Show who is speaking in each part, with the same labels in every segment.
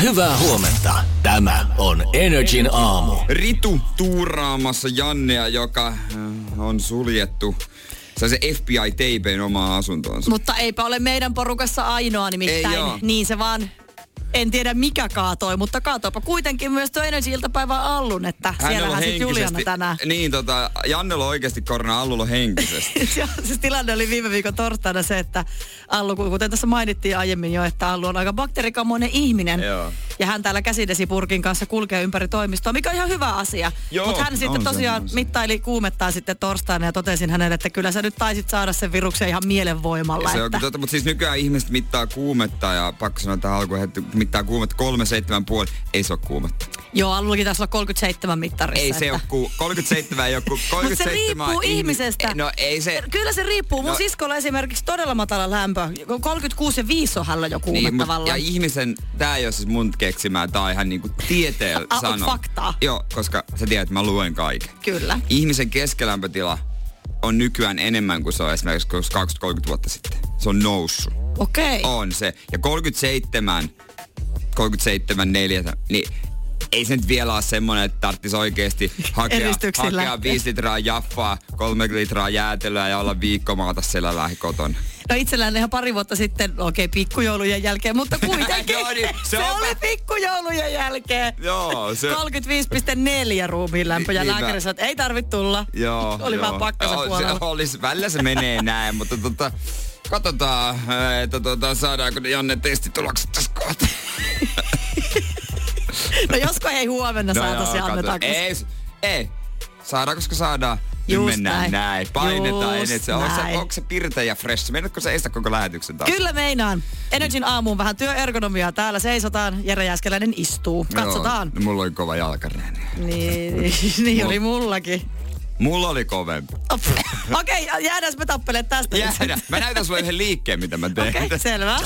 Speaker 1: Hyvää huomenta. Tämä on Energin aamu.
Speaker 2: Ritu tuuraamassa Jannea, joka äh, on suljettu se se FBI teipein omaa asuntoonsa.
Speaker 3: Mutta eipä ole meidän porukassa ainoa
Speaker 2: Ei
Speaker 3: nimittäin.
Speaker 2: oo.
Speaker 3: niin se vaan en tiedä mikä kaatoi, mutta kaatoipa kuitenkin myös tuo Energy iltapäivän Allun, että siellähän sitten Juliana tänään.
Speaker 2: Niin, tota, Jannella on oikeasti korona, Allulla on henkisesti.
Speaker 3: Ja siis tilanne oli viime viikon torstaina se, että Allu, kuten tässä mainittiin aiemmin jo, että Allu on aika bakteerikamoinen ihminen.
Speaker 2: Joo.
Speaker 3: Ja hän täällä käsidesipurkin kanssa kulkee ympäri toimistoa, mikä on ihan hyvä asia.
Speaker 2: Joo,
Speaker 3: Mutta hän sitten
Speaker 2: on se,
Speaker 3: tosiaan
Speaker 2: on se.
Speaker 3: mittaili kuumettaan sitten torstaina ja totesin hänelle, että kyllä sä nyt taisit saada sen viruksen ihan mielenvoimalla.
Speaker 2: se on
Speaker 3: että...
Speaker 2: kyllä totta, mutta siis nykyään ihmiset mittaa kuumetta ja pakko sanoa tähän alkuun, että mittaa kuumetta 37,5. Ei se ole kuumetta.
Speaker 3: Joo, Allullakin taisi olla 37 mittarissa.
Speaker 2: Ei se
Speaker 3: että-
Speaker 2: ole ku, 37 ei ole ku, 37
Speaker 3: Mutta se riippuu
Speaker 2: on ihmi-
Speaker 3: ihmisestä.
Speaker 2: No ei se.
Speaker 3: Kyllä se riippuu. Mun
Speaker 2: No-
Speaker 3: siskolla esimerkiksi todella matala lämpö. 36 ja 5 on hänellä jo kuume
Speaker 2: Niin, mut- ja
Speaker 3: tavallaan.
Speaker 2: ihmisen, tää ei ole siis mun keksimää, tää on ihan niinku tieteellä
Speaker 3: Ah, on
Speaker 2: sano.
Speaker 3: faktaa.
Speaker 2: Joo, koska sä tiedät, että mä luen kaiken.
Speaker 3: Kyllä.
Speaker 2: Ihmisen keskilämpötila on nykyään enemmän kuin se on esimerkiksi 20-30 vuotta sitten. Se on noussut.
Speaker 3: Okei. Okay.
Speaker 2: On se. Ja 37, 37, 4, niin ei se nyt vielä ole semmoinen, että tarvitsisi oikeasti hakea,
Speaker 3: Eristyksillä.
Speaker 2: hakea 5 litraa jaffaa, 3 litraa jäätelöä ja olla viikko maata siellä lähikotona.
Speaker 3: No itsellään ihan pari vuotta sitten, no okei, okay, pikkujoulujen jälkeen, mutta kuitenkin.
Speaker 2: No niin, se
Speaker 3: se
Speaker 2: on-
Speaker 3: oli pikkujoulujen jälkeen.
Speaker 2: Joo, se...
Speaker 3: 35,4 ruumiin lämpö ja
Speaker 2: Niin,
Speaker 3: lääkäri
Speaker 2: mä-
Speaker 3: sanoi, että ei tarvitse tulla.
Speaker 2: Joo,
Speaker 3: Oli
Speaker 2: joo.
Speaker 3: vaan pakkasen
Speaker 2: Joo, se
Speaker 3: puolella.
Speaker 2: Olis, välillä se menee näin, mutta tota, katsotaan, että tota, saadaanko ne Janne testitulokset tässä kohta.
Speaker 3: No josko ei huomenna no saataisiin
Speaker 2: joo,
Speaker 3: anneta.
Speaker 2: katsotaan. Ei, s- ei. Saadaan, koska saadaan. Nyt
Speaker 3: Just
Speaker 2: mennään näin.
Speaker 3: näin.
Speaker 2: Painetaan
Speaker 3: Just
Speaker 2: ennen. Se, onko, se,
Speaker 3: näin.
Speaker 2: onko se pirte ja fresh? Meinaatko sä estää koko lähetyksen taas?
Speaker 3: Kyllä meinaan. Energin aamuun vähän työergonomiaa. Täällä seisotaan, Jere Jääskeläinen istuu. Katsotaan.
Speaker 2: Joo, mulla oli kova jalkareeni.
Speaker 3: Niin, niin oli mullakin.
Speaker 2: Mulla oli kovempi.
Speaker 3: Op. Okei, okay, jäädään me tappele tästä. nyt
Speaker 2: Jäädä.
Speaker 3: sitten.
Speaker 2: Mä näytän sulle yhden liikkeen, mitä mä teen.
Speaker 3: Okei, okay, selvä.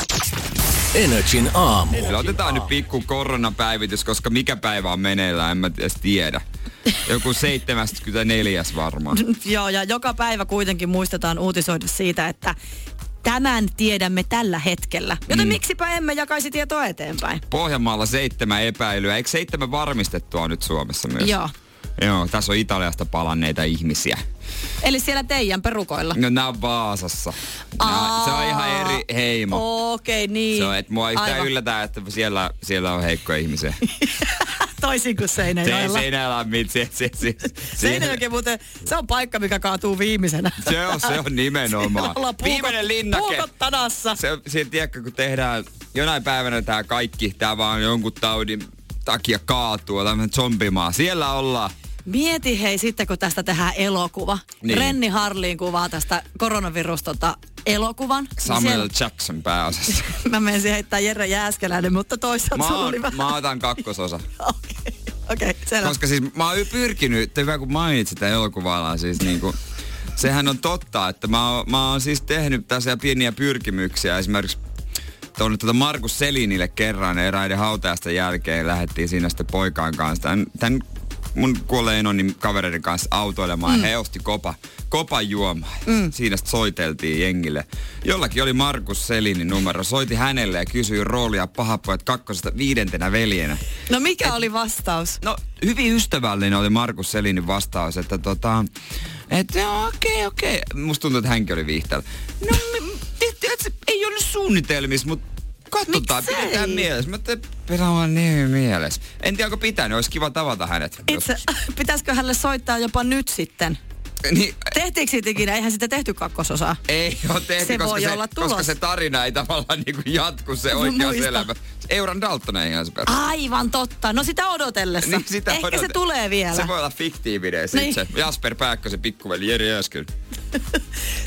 Speaker 1: Energin aamu.
Speaker 2: Kyllä otetaan nyt pikku koronapäivitys, koska mikä päivä on meneillään, en mä edes tiedä. Joku 74 varmaan.
Speaker 3: Joo, ja joka päivä kuitenkin muistetaan uutisoida siitä, että tämän tiedämme tällä hetkellä. Joten mm. miksipä emme jakaisi tietoa eteenpäin?
Speaker 2: Pohjanmaalla seitsemän epäilyä. Eikö seitsemän varmistettua nyt Suomessa myös?
Speaker 3: Joo.
Speaker 2: Joo, tässä on Italiasta palanneita ihmisiä.
Speaker 3: Eli siellä teidän perukoilla.
Speaker 2: No nää on Vaasassa. Nää, se on ihan eri heimo.
Speaker 3: Okei, okay, niin.
Speaker 2: Se on, että mua yhtään
Speaker 3: Aivan.
Speaker 2: yllätää, että siellä, siellä on heikkoja ihmisiä.
Speaker 3: Toisin kuin
Speaker 2: Se ei
Speaker 3: Seinäjoella.
Speaker 2: seinällä ole mitään. Se, se, se, se,
Speaker 3: Seinäjoki muuten, se on paikka, mikä kaatuu viimeisenä.
Speaker 2: se, on, se on nimenomaan.
Speaker 3: Ollaan puukot-
Speaker 2: Viimeinen linnake.
Speaker 3: Puukot tanassa.
Speaker 2: se, se tiedätkö, kun tehdään jonain päivänä tämä kaikki, tämä vaan jonkun taudin takia kaatuu, tämmöinen zombimaa. Siellä ollaan.
Speaker 3: Niin Mieti hei sitten, kun tästä tehdään elokuva.
Speaker 2: Niin.
Speaker 3: Niin. Renni Harliin kuvaa tästä koronavirus tota, elokuvan. Niin
Speaker 2: Samuel
Speaker 3: siellä-
Speaker 2: Jackson pääosassa.
Speaker 3: Mä menen siihen heittää Jere Jääskeläinen, mutta toisaalta
Speaker 2: Mä,
Speaker 3: se
Speaker 2: oon,
Speaker 3: oli vähän...
Speaker 2: mä otan kakkososa.
Speaker 3: Okei, okei, selvä.
Speaker 2: Koska siis mä oon pyrkinyt, hyvä kun mainitsit tämän elokuva siis niinku, sehän on totta, että mä oon, mä oon siis tehnyt tässä pieniä pyrkimyksiä. Esimerkiksi tuonne tuota Markus Selinille kerran eräiden hautajaisten jälkeen lähdettiin siinä sitten poikaan kanssa. Tän, tän mun kuolleen on niin kavereiden kanssa autoilemaan mm. ja he osti kopa, kopan juomaa. Mm. Siinä sitten soiteltiin jengille. Jollakin oli Markus Selinin numero. Soitin hänelle ja kysyi roolia pahapojat kakkosesta viidentenä veljenä.
Speaker 3: No mikä oli vastaus?
Speaker 2: No, hyvin ystävällinen oli Markus Selinin vastaus, että tota... Että joo, okei, okei. Musta tuntuu, että hänkin oli viihtäällä. No, mi- mi- tiedätkö, ei ollut suunnitelmissa, mutta katsotaan,
Speaker 3: Miksei?
Speaker 2: pidetään mielessä. Mä ajattelin, että pidetään vaan niin mielessä. En tiedä, onko pitänyt, olisi kiva tavata hänet.
Speaker 3: Itse, pitäisikö hänelle soittaa jopa nyt sitten?
Speaker 2: Jos- Niin,
Speaker 3: Tehtiinkö siitä ikinä? Eihän sitä tehty kakkososaa.
Speaker 2: ei ole tehty,
Speaker 3: Se
Speaker 2: koska,
Speaker 3: voi
Speaker 2: se,
Speaker 3: olla tulos.
Speaker 2: koska se tarina ei tavallaan niin kuin jatku se
Speaker 3: No,
Speaker 2: oikeassa
Speaker 3: muista.
Speaker 2: elämässä. Euron Dalton ei ihan se perus.
Speaker 3: Aivan totta. No sitä odotellessa.
Speaker 2: Niin, sitä
Speaker 3: Ehkä
Speaker 2: odotan.
Speaker 3: se tulee vielä.
Speaker 2: Se voi olla fiktiivinen sit
Speaker 3: Niin.
Speaker 2: se. Jasper Pääkkö, se pikkuveli Jeri Jääskyl.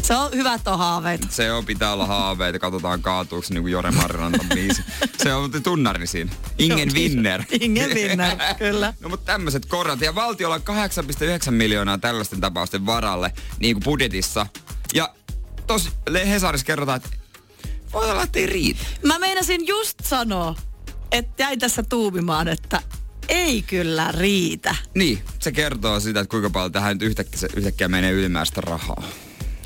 Speaker 3: Se on hyvä, että on haaveita.
Speaker 2: Se on, pitää olla haaveita, katsotaan kaatuuko niin kuin Jore Marrantan biisi. Se on tunnari siinä. Ingen winner.
Speaker 3: Ingen winner, kyllä.
Speaker 2: No mutta tämmöiset korrat. Ja valtiolla on 8,9 miljoonaa tällaisten tapausten varalle niin kuin budjetissa. Ja tos Le- Hesarissa kerrotaan, että voi olla, että ei riitä.
Speaker 3: Mä meinasin just sanoa, että jäi tässä tuumimaan, että ei kyllä riitä.
Speaker 2: Niin, se kertoo sitä, että kuinka paljon tähän nyt yhtäkkiä, yhtäkkiä menee ylimääräistä rahaa.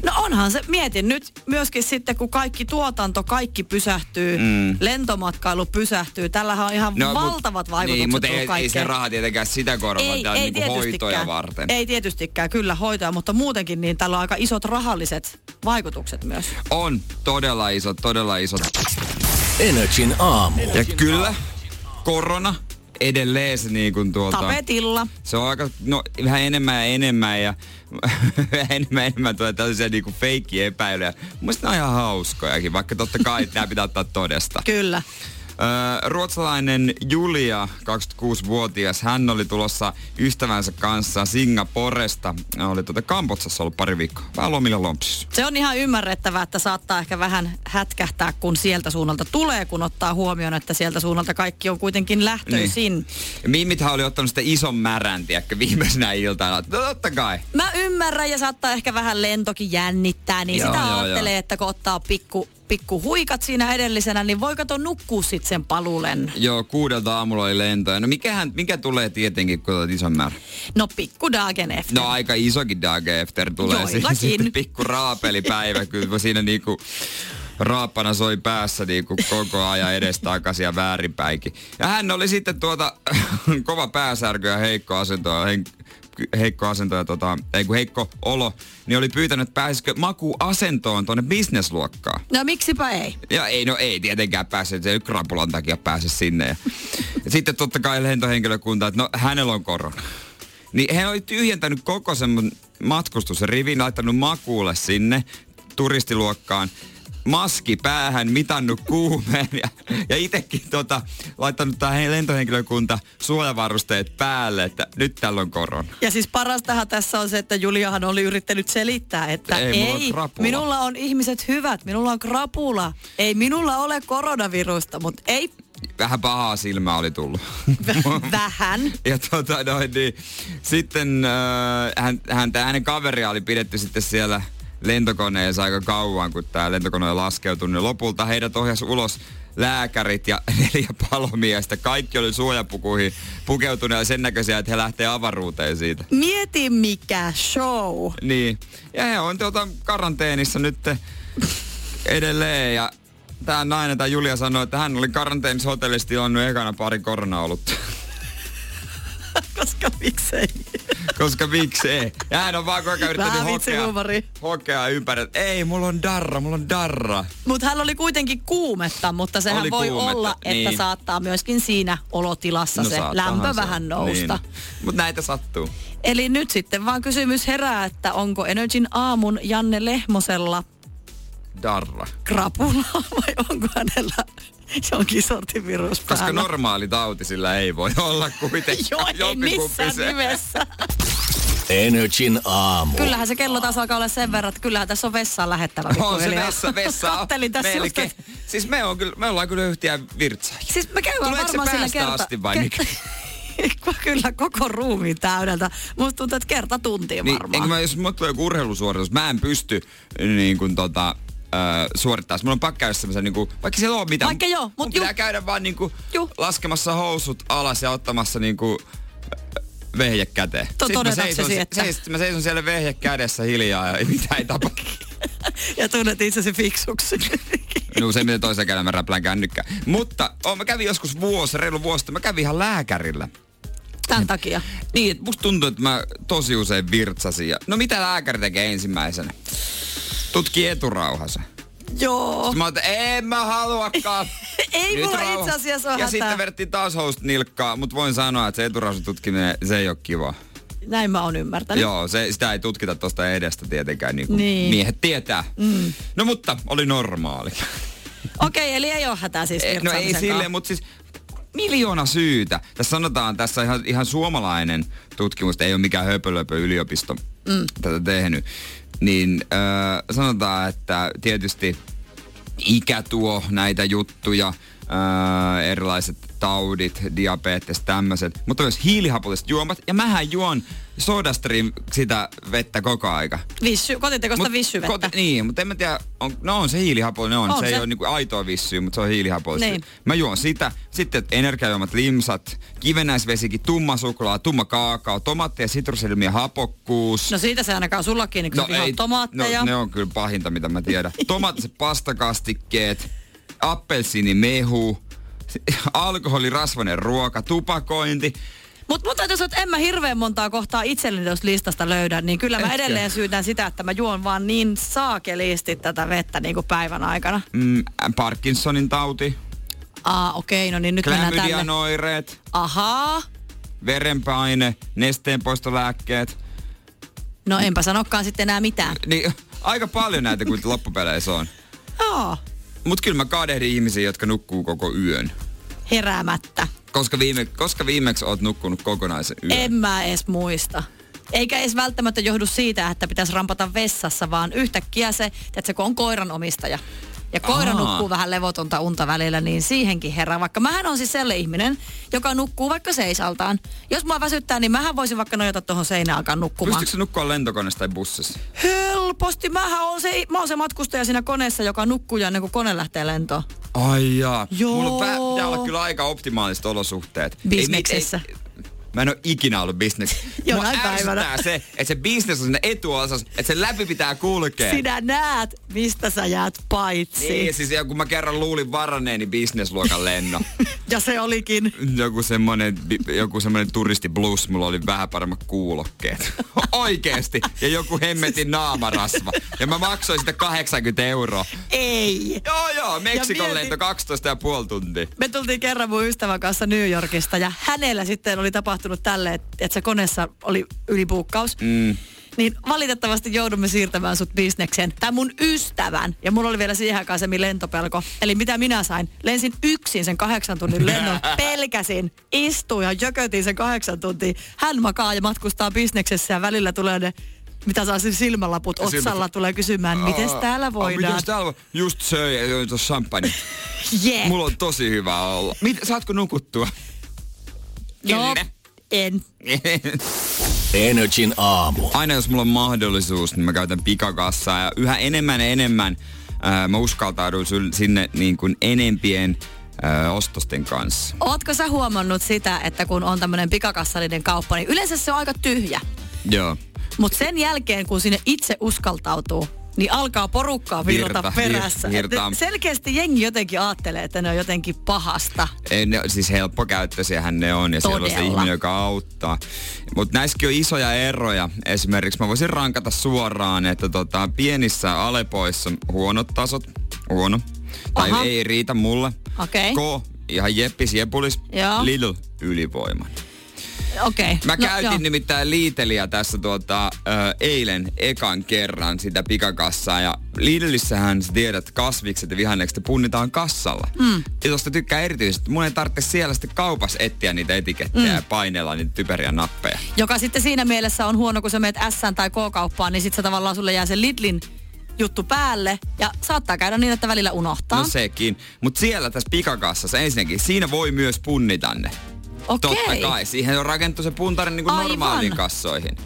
Speaker 3: No onhan se, mietin nyt myöskin sitten, kun kaikki tuotanto, kaikki pysähtyy, mm. lentomatkailu pysähtyy. Tällähän on ihan no,
Speaker 2: mut-
Speaker 3: vaikutukset vaikutukset
Speaker 2: Niin, mutta
Speaker 3: ollut
Speaker 2: ei, ei se
Speaker 3: kaikkeen.
Speaker 2: raha tietenkään sitä korvaa,
Speaker 3: ei,
Speaker 2: tämä on
Speaker 3: ei
Speaker 2: niinku hoitoja
Speaker 3: tietystikään.
Speaker 2: varten.
Speaker 3: Ei tietystikään, kyllä hoitoja, mutta muutenkin niin tällä on aika isot rahalliset vaikutukset myös.
Speaker 2: On todella iso, todella iso.
Speaker 1: Energin aamu.
Speaker 2: Ja kyllä, korona edelleen se niin kuin tuota...
Speaker 3: Tapetilla.
Speaker 2: Se on aika, no vähän enemmän ja enemmän ja vähän enemmän ja enemmän tulee tällaisia niinku feikki-epäilyjä. Mielestäni ne on ihan hauskojakin, vaikka totta kai nämä pitää ottaa todesta.
Speaker 3: Kyllä.
Speaker 2: Öö, ruotsalainen Julia, 26-vuotias, hän oli tulossa ystävänsä kanssa Singaporesta. Hän Oli tuota Kambotsassa ollut pari viikkoa. Vähän lomilla lompsis.
Speaker 3: Se on ihan ymmärrettävää, että saattaa ehkä vähän hätkähtää, kun sieltä suunnalta tulee, kun ottaa huomioon, että sieltä suunnalta kaikki on kuitenkin lähtöisin. Niin.
Speaker 2: Ja Mimithän oli ottanut sitä ison märän, tiedätkö, viimeisenä iltana. No totta kai.
Speaker 3: Mä ymmärrän ja saattaa ehkä vähän lentokin jännittää, niin
Speaker 2: Joo,
Speaker 3: sitä
Speaker 2: joo,
Speaker 3: ajattelee,
Speaker 2: joo.
Speaker 3: että kun ottaa pikku, pikku huikat siinä edellisenä, niin voi kato nukkuu sit sen paluulen.
Speaker 2: Joo, kuudelta aamulla oli lentoja. No mikähän, mikä tulee tietenkin, kun otat ison määrän?
Speaker 3: No pikku dagen efter.
Speaker 2: No aika isokin dag after tulee. Si-
Speaker 3: Joillakin.
Speaker 2: Sitten pikku raapelipäivä, kyllä siinä niinku raappana soi päässä niinku koko ajan edestakaisin ja väärinpäinkin. Ja hän oli sitten tuota kova pääsärky ja heikko asento ja hen- heikko asento ja tota, ei kun heikko olo, niin oli pyytänyt, että pääsisikö makuasentoon tuonne bisnesluokkaan.
Speaker 3: No miksipä ei.
Speaker 2: Ja ei, no ei tietenkään pääse, se ei krapulan takia pääse sinne. Ja, ja sitten totta kai lentohenkilökunta, että no hänellä on korona. Niin hän oli tyhjentänyt koko sen matkustusrivin, laittanut makuulle sinne turistiluokkaan maski päähän, mitannut kuumeen ja, ja itekin tota, laittanut tähän lentohenkilökunta suojavarusteet päälle, että nyt tällä on korona.
Speaker 3: Ja siis parastahan tässä on se, että Juliahan oli yrittänyt selittää, että
Speaker 2: Ei,
Speaker 3: ei,
Speaker 2: mulla on
Speaker 3: ei
Speaker 2: krapula.
Speaker 3: minulla on ihmiset hyvät, minulla on krapula. Ei minulla ole koronavirusta, mutta ei
Speaker 2: Vähän pahaa silmää oli tullut.
Speaker 3: vähän.
Speaker 2: Ja tota noin, niin sitten äh, hän, häntä, hänen kaveria oli pidetty sitten siellä lentokoneessa aika kauan, kun tämä lentokone oli laskeutunut. Ja lopulta heidät ohjas ulos lääkärit ja neljä palomiestä. Kaikki oli suojapukuihin pukeutuneet ja sen näköisiä, että he lähtee avaruuteen siitä.
Speaker 3: Mieti mikä show.
Speaker 2: Niin. Ja he on tuota karanteenissa nyt edelleen ja tämä nainen, tämä Julia sanoi, että hän oli karanteenissa hotellissa tilannut ekana pari koronaolutta.
Speaker 3: Koska miksei.
Speaker 2: Koska miksei? Ja hän on vaan koko ajan yrittänyt
Speaker 3: Vähän vitsi
Speaker 2: hokea,
Speaker 3: huumori.
Speaker 2: hokea ympäri. että Ei, mulla on darra, mulla on darra.
Speaker 3: Mutta hän oli kuitenkin kuumetta, mutta sehän
Speaker 2: Oli
Speaker 3: voi
Speaker 2: kuumetta,
Speaker 3: olla, että
Speaker 2: niin.
Speaker 3: saattaa myöskin siinä olotilassa se
Speaker 2: No saatahan
Speaker 3: lämpö
Speaker 2: se.
Speaker 3: vähän nousta. Niin.
Speaker 2: Niin. Mutta näitä sattuu.
Speaker 3: Eli nyt sitten vaan kysymys herää, että onko Energin aamun Janne Lehmosella
Speaker 2: Darra.
Speaker 3: krapulaa vai onko hänellä jonkin sortin virus
Speaker 2: Koska
Speaker 3: päällä?
Speaker 2: normaali tauti sillä ei voi olla kuitenkaan.
Speaker 3: Joo, ei
Speaker 2: Jompikumpi
Speaker 3: missään
Speaker 2: se.
Speaker 3: nimessä.
Speaker 1: Energin aamu.
Speaker 3: Kyllähän se kello taas alkaa olla sen verran, että kyllähän tässä on vessaan lähettävä.
Speaker 2: On se
Speaker 3: pikkuhiljaa.
Speaker 2: vessa, vessa. on
Speaker 3: Kattelin tässä just,
Speaker 2: melkein.
Speaker 3: että-
Speaker 2: Siis me, on kyllä, me ollaan kyllä yhtiä virtsaajia.
Speaker 3: Siis me käydään
Speaker 2: Tuleeko se
Speaker 3: varmaan sillä
Speaker 2: päästä
Speaker 3: kerta...
Speaker 2: asti vai
Speaker 3: ke-
Speaker 2: mikä?
Speaker 3: Kyllä koko ruumi täydeltä. Musta tuntuu, että kerta tuntia
Speaker 2: Niin,
Speaker 3: varmaan.
Speaker 2: enkä mä, jos mulla tulee joku urheilusuoritus, mä en pysty niin kuin tota, äh, suorittaa. Mulla on pakko käydä semmoisen, niin kuin, vaikka siellä on mitään.
Speaker 3: Vaikka joo,
Speaker 2: mun
Speaker 3: mut
Speaker 2: pitää
Speaker 3: ju-
Speaker 2: käydä vaan niin kuin,
Speaker 3: Juh.
Speaker 2: laskemassa housut alas ja ottamassa niin kuin, vehje käteen. Sitten mä,
Speaker 3: todetatko
Speaker 2: seison,
Speaker 3: se, siis, että-
Speaker 2: seis, mä seison siellä vehje kädessä hiljaa ja mitä ei tapahdu.
Speaker 3: Ja tunnet itsesi fiksuksi.
Speaker 2: No useimmiten toisella kädellä mä räplään kännykkää. Mutta oh, mä kävin joskus vuosi, reilu vuosi, sitten, mä kävin ihan lääkärillä.
Speaker 3: Tämän takia.
Speaker 2: Niin, että musta tuntuu, että mä tosi usein virtsasin. Ja... No mitä lääkäri tekee ensimmäisenä? Tutkii eturauhansa.
Speaker 3: Joo.
Speaker 2: Mä oon, että en mä haluakaan.
Speaker 3: Oh. Ei
Speaker 2: Nyt
Speaker 3: mulla
Speaker 2: rauha.
Speaker 3: itse asiassa ole
Speaker 2: Ja
Speaker 3: hätää.
Speaker 2: sitten verttiin taas host nilkkaa, mutta voin sanoa, että se eturauhasututkiminen, se ei ole kiva.
Speaker 3: No Näin mä oon ymmärtänyt.
Speaker 2: Joo, se, sitä ei tutkita tuosta edestä tietenkään, niin kuin
Speaker 3: Niin.
Speaker 2: miehet tietää. Mm. No mutta, oli normaali.
Speaker 3: Okei, eli ei ole hätää siis
Speaker 2: E, no ei
Speaker 3: virtsaamisenkaan.
Speaker 2: silleen, mutta siis Miljoona syytä. Tässä sanotaan, tässä ihan, ihan suomalainen tutkimus, ei ole mikään höpölöpö yliopisto mm. tätä tehnyt. Niin äh, sanotaan, että tietysti ikä tuo näitä juttuja, ää, erilaiset taudit, diabetes, tämmöiset. Mutta myös hiilihapoliset juomat. Ja mähän juon sodastrin sitä vettä koko aika.
Speaker 3: Vissy, kotitekosta vissyvettä.
Speaker 2: koti- niin, mutta en mä tiedä, on, no on se hiilihapollinen, on.
Speaker 3: On
Speaker 2: on se, se, ei
Speaker 3: se.
Speaker 2: ole niinku aitoa vissyä, mutta se on hiilihapollista.
Speaker 3: Niin.
Speaker 2: Mä juon sitä. Sitten energiajuomat, limsat, kivenäisvesikin, tumma suklaa, tumma kaakao, tomaatti ja sitrusilmiä hapokkuus.
Speaker 3: No siitä se ainakaan sullakin, niin kun no, ei, tomaatteja.
Speaker 2: No, ne on kyllä pahinta, mitä mä tiedän. Tomaattiset pastakastikkeet, appelsiinimehu, alkoholirasvainen ruoka, tupakointi.
Speaker 3: Mutta mun täytyy sanoa, että en mä hirveän montaa kohtaa itselleni tuosta listasta löydä, niin kyllä mä
Speaker 2: Etkö?
Speaker 3: edelleen syytän sitä, että mä juon vaan niin saakeliisti tätä vettä niin kuin päivän aikana.
Speaker 2: Mm, Parkinsonin tauti,
Speaker 3: Aa, okei, no niin nyt mennään tänne.
Speaker 2: klamydian oireet,
Speaker 3: Ahaa.
Speaker 2: verenpaine, nesteenpoistolääkkeet.
Speaker 3: No enpä sanokaan sitten enää mitään.
Speaker 2: Niin, aika paljon näitä kuin loppupeleissä on.
Speaker 3: Joo,
Speaker 2: Mut kyllä mä kadehdin ihmisiä, jotka nukkuu koko yön.
Speaker 3: heräämättä.
Speaker 2: Koska, viime, koska viimeksi oot nukkunut kokonaisen yön.
Speaker 3: En mä edes muista. Eikä edes välttämättä johdu siitä, että pitäisi rampata vessassa, vaan yhtäkkiä se, että kun on koiran omistaja. Ja koira
Speaker 2: Aa.
Speaker 3: nukkuu vähän levotonta unta välillä, niin siihenkin herää. Vaikka mähän on siis sellainen ihminen, joka nukkuu vaikka seisaltaan. Jos mua väsyttää, niin mähän voisin vaikka nojata tuohon seinään ja alkaa nukkumaan.
Speaker 2: Pystytkö sä nukkua lentokoneessa tai bussissa?
Speaker 3: Helposti. Mähän on se, mä oon se matkustaja siinä koneessa, joka nukkuu ja ennen kuin kone lähtee lentoon.
Speaker 2: Ai jaa.
Speaker 3: Joo.
Speaker 2: Mulla on pää, pitää olla kyllä aika optimaaliset olosuhteet. Ei mi-
Speaker 3: Bisneksessä.
Speaker 2: ei- Mä en ole ikinä ollut bisnes.
Speaker 3: Jonain
Speaker 2: Mua ärsyttää
Speaker 3: päivänä.
Speaker 2: se, että se bisnes on siinä etuosassa, että se läpi pitää kulkea.
Speaker 3: Sinä näet, mistä sä jäät paitsi.
Speaker 2: Niin, siis ja kun mä kerran luulin varanneeni bisnesluokan lennon.
Speaker 3: Ja se olikin.
Speaker 2: joku semmonen, bi- joku semmonen turisti blues, mulla oli vähän paremmat kuulokkeet. Oikeesti. Ja joku hemmetin naamarasva. Ja mä maksoin sitä 80 euroa.
Speaker 3: Ei.
Speaker 2: Joo joo, Meksikon
Speaker 3: mietin-
Speaker 2: lento 12,5 tuntia.
Speaker 3: Me tultiin kerran mun ystävän kanssa New Yorkista ja hänellä sitten oli tapahtunut tälle, että et se koneessa oli ylipuukkaus. Mm. Niin valitettavasti joudumme siirtämään sut bisnekseen. Tai mun ystävän. Ja mulla oli vielä siihen aikaan se min lentopelko. Eli mitä minä sain? Lensin yksin sen kahdeksan tunnin lennon. Pelkäsin. Istuin ja jökötin sen kahdeksan tuntia. Hän makaa ja matkustaa bisneksessä ja välillä tulee ne mitä saa siis silmälaput
Speaker 2: Silmät-
Speaker 3: otsalla tulee kysymään, miten täällä
Speaker 2: Ah,
Speaker 3: voidaan.
Speaker 2: mites täällä voi- Just söi ja joi tuossa champagne.
Speaker 3: Yeah.
Speaker 2: Mulla on tosi hyvä olla. Mit, saatko nukuttua?
Speaker 3: no,
Speaker 2: Kyllä.
Speaker 3: en.
Speaker 1: Energin aamu.
Speaker 2: Aina jos mulla on mahdollisuus, niin mä käytän pikakassaa ja yhä enemmän ja enemmän ää, mä uskaltaudun syl- sinne niin kuin enempien ää, ostosten kanssa.
Speaker 3: Ootko sä huomannut sitä, että kun on tämmöinen pikakassallinen kauppa, niin yleensä se on aika tyhjä.
Speaker 2: Joo.
Speaker 3: Mutta sen jälkeen, kun sinne itse uskaltautuu, niin alkaa porukkaa virrata
Speaker 2: Virta, vir-
Speaker 3: perässä.
Speaker 2: virtaa.
Speaker 3: Et Selkeästi jengi jotenkin ajattelee, että ne on jotenkin pahasta.
Speaker 2: Ei, ne, siis helppokäyttöisiähän ne on ja siellä on se
Speaker 3: Todella.
Speaker 2: ihminen, joka auttaa. Mutta näissäkin on isoja eroja. Esimerkiksi mä voisin rankata suoraan, että tota, pienissä Alepoissa huonot tasot, huono, tai
Speaker 3: Aha.
Speaker 2: ei riitä mulle.
Speaker 3: Okei.
Speaker 2: K, ihan jeppis, jepulis,
Speaker 3: Joo.
Speaker 2: Lidl, ylivoiman.
Speaker 3: Okei. Okay.
Speaker 2: Mä no, käytin joo. nimittäin liiteliä tässä tuota, ö, eilen ekan kerran sitä pikakassaa. Ja Lidlissähän sä tiedät kasvikset ja vihannekset punnitaan kassalla. Mm. Ja tosta tykkää erityisesti. Mun ei tarvitse siellä sitten kaupassa etsiä niitä etikettejä mm. ja painella niitä typeriä nappeja.
Speaker 3: Joka sitten siinä mielessä on huono, kun sä meet S tai K-kauppaan, niin sit se tavallaan sulle jää se Lidlin juttu päälle. Ja saattaa käydä niin, että välillä unohtaa.
Speaker 2: No sekin. Mutta siellä tässä pikakassassa ensinnäkin, siinä voi myös punnita ne.
Speaker 3: Okei.
Speaker 2: Totta kai. Siihen on rakennettu se puntari niin kuin
Speaker 3: Aivan.
Speaker 2: normaaliin kassoihin.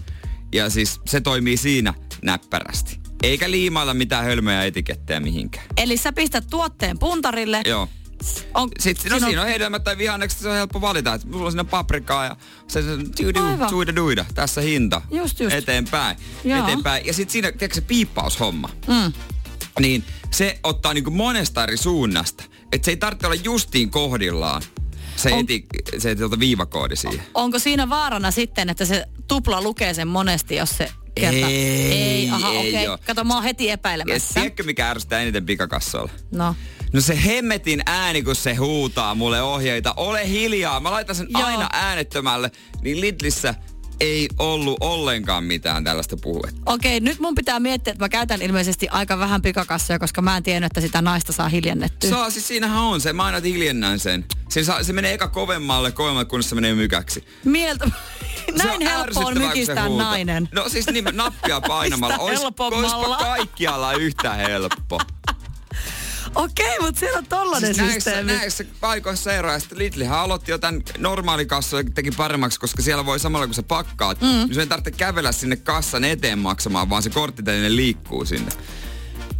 Speaker 2: Ja siis se toimii siinä näppärästi. Eikä liimailla mitään hölmöjä etikettejä mihinkään.
Speaker 3: Eli sä pistät tuotteen puntarille.
Speaker 2: Joo.
Speaker 3: On,
Speaker 2: Sitten, no siinä on hedelmät tai vihannekset, se on helppo valita. Että mulla on siinä paprikaa ja se, se
Speaker 3: Aivan.
Speaker 2: tuida duida. Tässä hinta.
Speaker 3: Just, just.
Speaker 2: Eteenpäin.
Speaker 3: Joo.
Speaker 2: Eteenpäin. Ja sitten siinä, tiedätkö se piippaushomma? Mm. Niin se ottaa niinku monesta eri suunnasta. Että se ei tarvitse olla justiin kohdillaan. Se,
Speaker 3: On-
Speaker 2: on... eti, se tuota viivakoodi siihen.
Speaker 3: Onko siinä vaarana sitten, että se tupla lukee sen monesti, jos se kerta...
Speaker 2: Ei,
Speaker 3: ei aha,
Speaker 2: ei
Speaker 3: okei.
Speaker 2: oo.
Speaker 3: Kato, mä oon heti
Speaker 2: Ja
Speaker 3: epäilemässä.
Speaker 2: tiedätkö mikä ärsyttää eniten pikakassalla?
Speaker 3: No.
Speaker 2: No se hemmetin ääni, kun se huutaa mulle ohjeita. Ole hiljaa. Mä laitan sen
Speaker 3: Joo.
Speaker 2: Joo. aina äänettömälle. Niin Lidlissä ei ollut ollenkaan mitään tällaista puhetta.
Speaker 3: Okei, nyt mun pitää miettiä, että mä käytän ilmeisesti aika vähän pikakassoja, koska mä en tiennyt, että sitä naista saa hiljennettyä.
Speaker 2: Saa, siis siinähän on se. Mä aina hiljennän sen. Siinä saa, se menee eka kovemmalle, kovemmalle, kunnes se menee mykäksi.
Speaker 3: Mieltä...
Speaker 2: Se
Speaker 3: Näin helppo on
Speaker 2: ärsyttävää, kun se
Speaker 3: mykistää
Speaker 2: huutaa.
Speaker 3: nainen.
Speaker 2: No siis niin, nappia painamalla.
Speaker 3: Mistä
Speaker 2: Ois, oispa
Speaker 3: helpommalla?
Speaker 2: kaikkialla yhtä helppo.
Speaker 3: Okei, mutta siellä on tollanen
Speaker 2: siis
Speaker 3: siis
Speaker 2: näissä,
Speaker 3: systeemi.
Speaker 2: näissä paikoissa eroa. Ja sitten Lidlihän aloitti jo tämän normaalikassan ja teki paremmaksi, koska siellä voi samalla kun sä pakkaat, mm. niin sun ei tarvitse kävellä sinne kassan eteen maksamaan, vaan se korttiteline liikkuu sinne.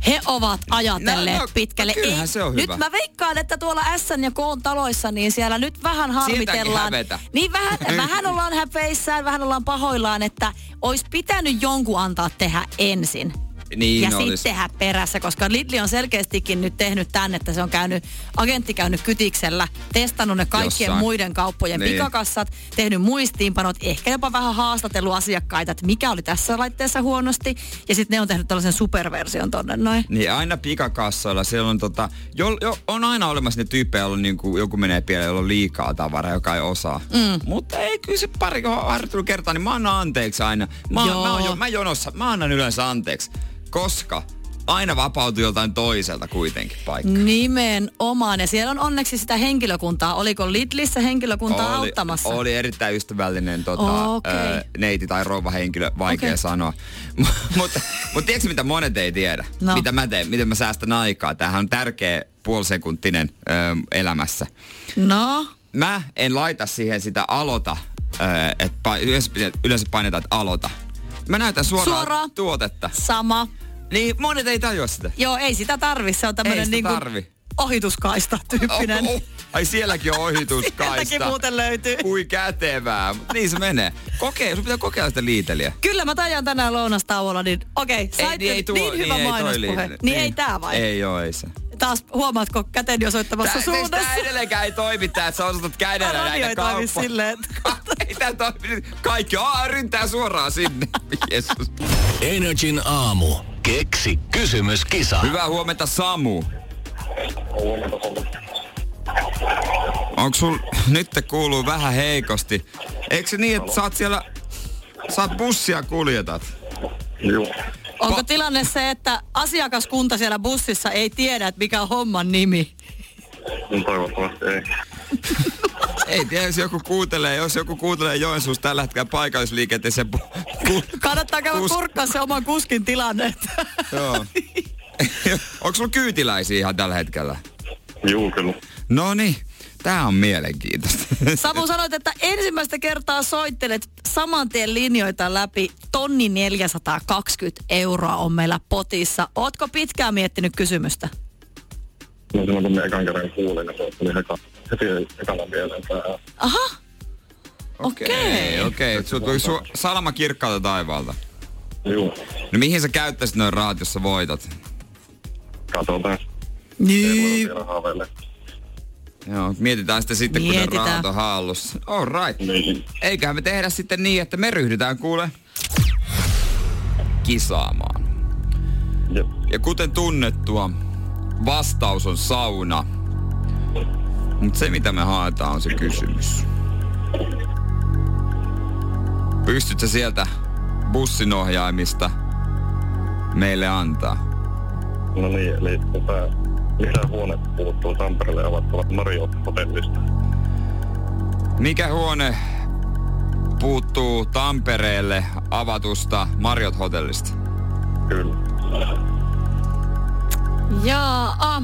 Speaker 3: He ovat ajatelleet
Speaker 2: No, no,
Speaker 3: pitkälle.
Speaker 2: kyllähän se on hyvä.
Speaker 3: Nyt mä veikkaan, että tuolla S ja K taloissa, niin siellä nyt vähän harmitellaan.
Speaker 2: hävetä.
Speaker 3: Niin vähän, vähän ollaan häpeissään, vähän ollaan pahoillaan, että olisi pitänyt jonkun antaa tehdä ensin.
Speaker 2: Niin
Speaker 3: ja
Speaker 2: olisi.
Speaker 3: sitten tehdä perässä, koska Lidli on selkeästikin nyt tehnyt tän, että se on käynyt, agentti käynyt kytiksellä, testannut ne kaikkien
Speaker 2: Jossain.
Speaker 3: muiden kauppojen
Speaker 2: Niin.
Speaker 3: niin. pikakassat, tehnyt muistiinpanot, ehkä jopa vähän haastatellut asiakkaita, että mikä oli tässä laitteessa huonosti, ja sitten ne on tehnyt tällaisen superversion tonne noin.
Speaker 2: Niin aina pikakassoilla siellä on tota, jo, jo, on aina olemassa ne tyyppejä, joilla niinku, joku menee pieleen, jolla on liikaa tavaraa, joka ei osaa. Mm. Mutta ei kyllä se pari harjoittelu kertaa, niin mä annan anteeksi aina. Mä,
Speaker 3: Joo.
Speaker 2: mä, oon jo, mä jonossa, mä annan yleensä anteeksi, koska aina vapautuu joltain toiselta kuitenkin paikka.
Speaker 3: Nimenomaan, ja siellä on onneksi sitä henkilökuntaa. Oliko Lidlissä henkilökuntaa auttamassa?
Speaker 2: Oli erittäin ystävällinen tota,
Speaker 3: Okei.
Speaker 2: ö, neiti tai rouva henkilö, vaikea
Speaker 3: Okei.
Speaker 2: sanoa. Mutta mut tiedätkö mitä monet ei tiedä?
Speaker 3: No.
Speaker 2: Mitä mä teen, miten mä säästän aikaa? Tämähän on tärkeä puolisekuntinen ö, elämässä.
Speaker 3: No,
Speaker 2: Mä en laita siihen sitä aloita, ö, et pa, yleensä, yleensä painetaan, että aloita. Mä näytän suoraan
Speaker 3: Suoraan.
Speaker 2: tuotetta.
Speaker 3: sama.
Speaker 2: Niin monet ei tajua sitä.
Speaker 3: Joo, ei sitä tarvi. Se on
Speaker 2: Ei
Speaker 3: tämmöinen
Speaker 2: sitä
Speaker 3: niinku
Speaker 2: tarvi.
Speaker 3: ohituskaista tyyppinen.
Speaker 2: Oh, oh. Ai sielläkin on
Speaker 3: Sieltäkin
Speaker 2: ohituskaista.
Speaker 3: muuten löytyy.
Speaker 2: Kui kätevää. Mut Niin se menee. Kokee, sun pitää kokeilla sitä liiteliä.
Speaker 3: Kyllä mä tajan tänään lounastauolla, niin okei,
Speaker 2: niin,
Speaker 3: sait nyt
Speaker 2: ei tuo-
Speaker 3: niin hyvä
Speaker 2: niin ei toi
Speaker 3: mainospuhe.
Speaker 2: liity.
Speaker 3: niin, ei tää vai?
Speaker 2: Ei oo, ei se.
Speaker 3: Taas huomaatko käteni osoittamassa
Speaker 2: Tää, siis tää
Speaker 3: suunnassa?
Speaker 2: edelleenkään ei toimi tää, että sä osoitat kädellä
Speaker 3: Radio
Speaker 2: näitä
Speaker 3: ei toimi
Speaker 2: kauppoja.
Speaker 3: silleen, että-
Speaker 2: ei tää toimi. niin. Kaikki aah, ryntää suoraan sinne. Jeesus.
Speaker 1: Energin aamu. Keksi kysymyskisa.
Speaker 2: Hyvää huomenta Samu. Onko sul, nyt te kuuluu vähän heikosti. Eikö se niin, että sä oot siellä, sä oot bussia kuljetat?
Speaker 4: Joo.
Speaker 3: Onko tilanne se, että asiakaskunta siellä bussissa ei tiedä, että mikä on homman nimi?
Speaker 4: No toivottavasti ei.
Speaker 2: Ei tiedä, jos joku kuuntelee, jos joku kuuntelee Joensuussa tällä hetkellä paikallisliikenteessä. Bu- bu-
Speaker 3: Kannattaa käydä
Speaker 2: Kus-
Speaker 3: kurkkaa se oman kuskin tilanne. että-
Speaker 2: Joo. Onko sulla kyytiläisiä ihan tällä hetkellä?
Speaker 4: Juu, kyllä.
Speaker 2: No niin, tää on mielenkiintoista.
Speaker 3: Samu sanoit, että ensimmäistä kertaa soittelet saman tien linjoita läpi. Tonni 420 euroa on meillä potissa. Ootko pitkään miettinyt kysymystä?
Speaker 4: No silloin kun me ekan kerran kuulin, niin se tuli heka, heti ekana mieleen tää.
Speaker 3: Aha,
Speaker 2: Okei, okei. Sulla tuli su- salama kirkkaalta taivaalta.
Speaker 4: Juu,
Speaker 2: No mihin sä käyttäisit noin rahat, jos sä voitat?
Speaker 4: katsotaan. Ei voi
Speaker 3: Niin.
Speaker 4: vielä haaveille.
Speaker 2: Joo, mietitään sitä sitten, kun ne
Speaker 3: Mietitään.
Speaker 2: rahat on haallussa. All right.
Speaker 4: Niin.
Speaker 2: Eiköhän me tehdä sitten niin, että me ryhdytään kuule kisaamaan.
Speaker 4: Jep.
Speaker 2: Ja kuten tunnettua, vastaus on sauna. Mutta se mitä me haetaan on se kysymys. Pystytkö sieltä bussin ohjaimista meille antaa?
Speaker 4: No niin, eli tää lisähuone puuttuu Tampereelle avattava Marriott hotellista.
Speaker 2: Mikä huone puuttuu Tampereelle avatusta Marriott Hotellista?
Speaker 4: Kyllä.
Speaker 3: Jaa. Ah,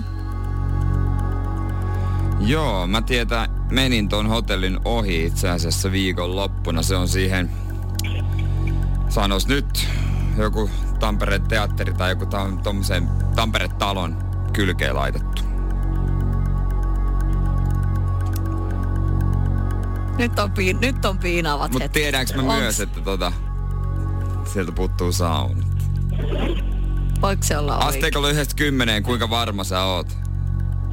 Speaker 2: Joo, mä tietää, menin ton hotellin ohi itse asiassa viikonloppuna. Se on siihen, sanos nyt, joku Tampereen teatteri tai joku tam, tommosen Tampere-talon kylkeen laitettu.
Speaker 3: Nyt on, piin, nyt on piinaavat
Speaker 2: Mutta
Speaker 3: hetket.
Speaker 2: tiedäks mä
Speaker 3: Onks-
Speaker 2: myös, että tota, sieltä puuttuu sauna.
Speaker 3: Voiko se olla oikein?
Speaker 2: Asteikolla yhdestä kymmeneen, kuinka varma sä oot?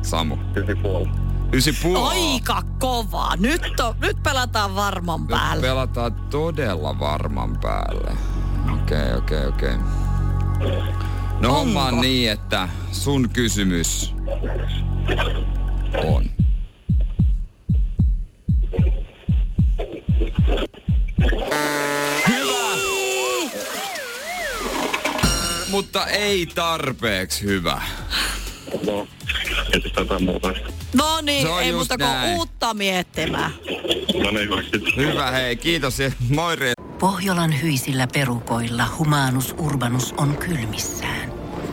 Speaker 2: Samu.
Speaker 4: Ysi puoli.
Speaker 2: Ysi puoli.
Speaker 3: Aika kovaa. Nyt, on, nyt pelataan varman
Speaker 2: Nyt
Speaker 3: päälle.
Speaker 2: pelataan todella varman päälle. Okei, okay, okei, okay, okei. Okay. No homma on niin, että sun kysymys on. mutta ei tarpeeksi hyvä.
Speaker 4: No, entistä jotain muuta.
Speaker 3: No
Speaker 2: Se
Speaker 3: niin,
Speaker 2: on
Speaker 3: ei
Speaker 2: just
Speaker 3: muuta kuin
Speaker 2: näin.
Speaker 3: uutta miettimään.
Speaker 4: No niin, hyvä. Kiitos.
Speaker 2: Hyvä, hei, kiitos ja moi Re-
Speaker 5: Pohjolan hyisillä perukoilla humanus urbanus on kylmissään.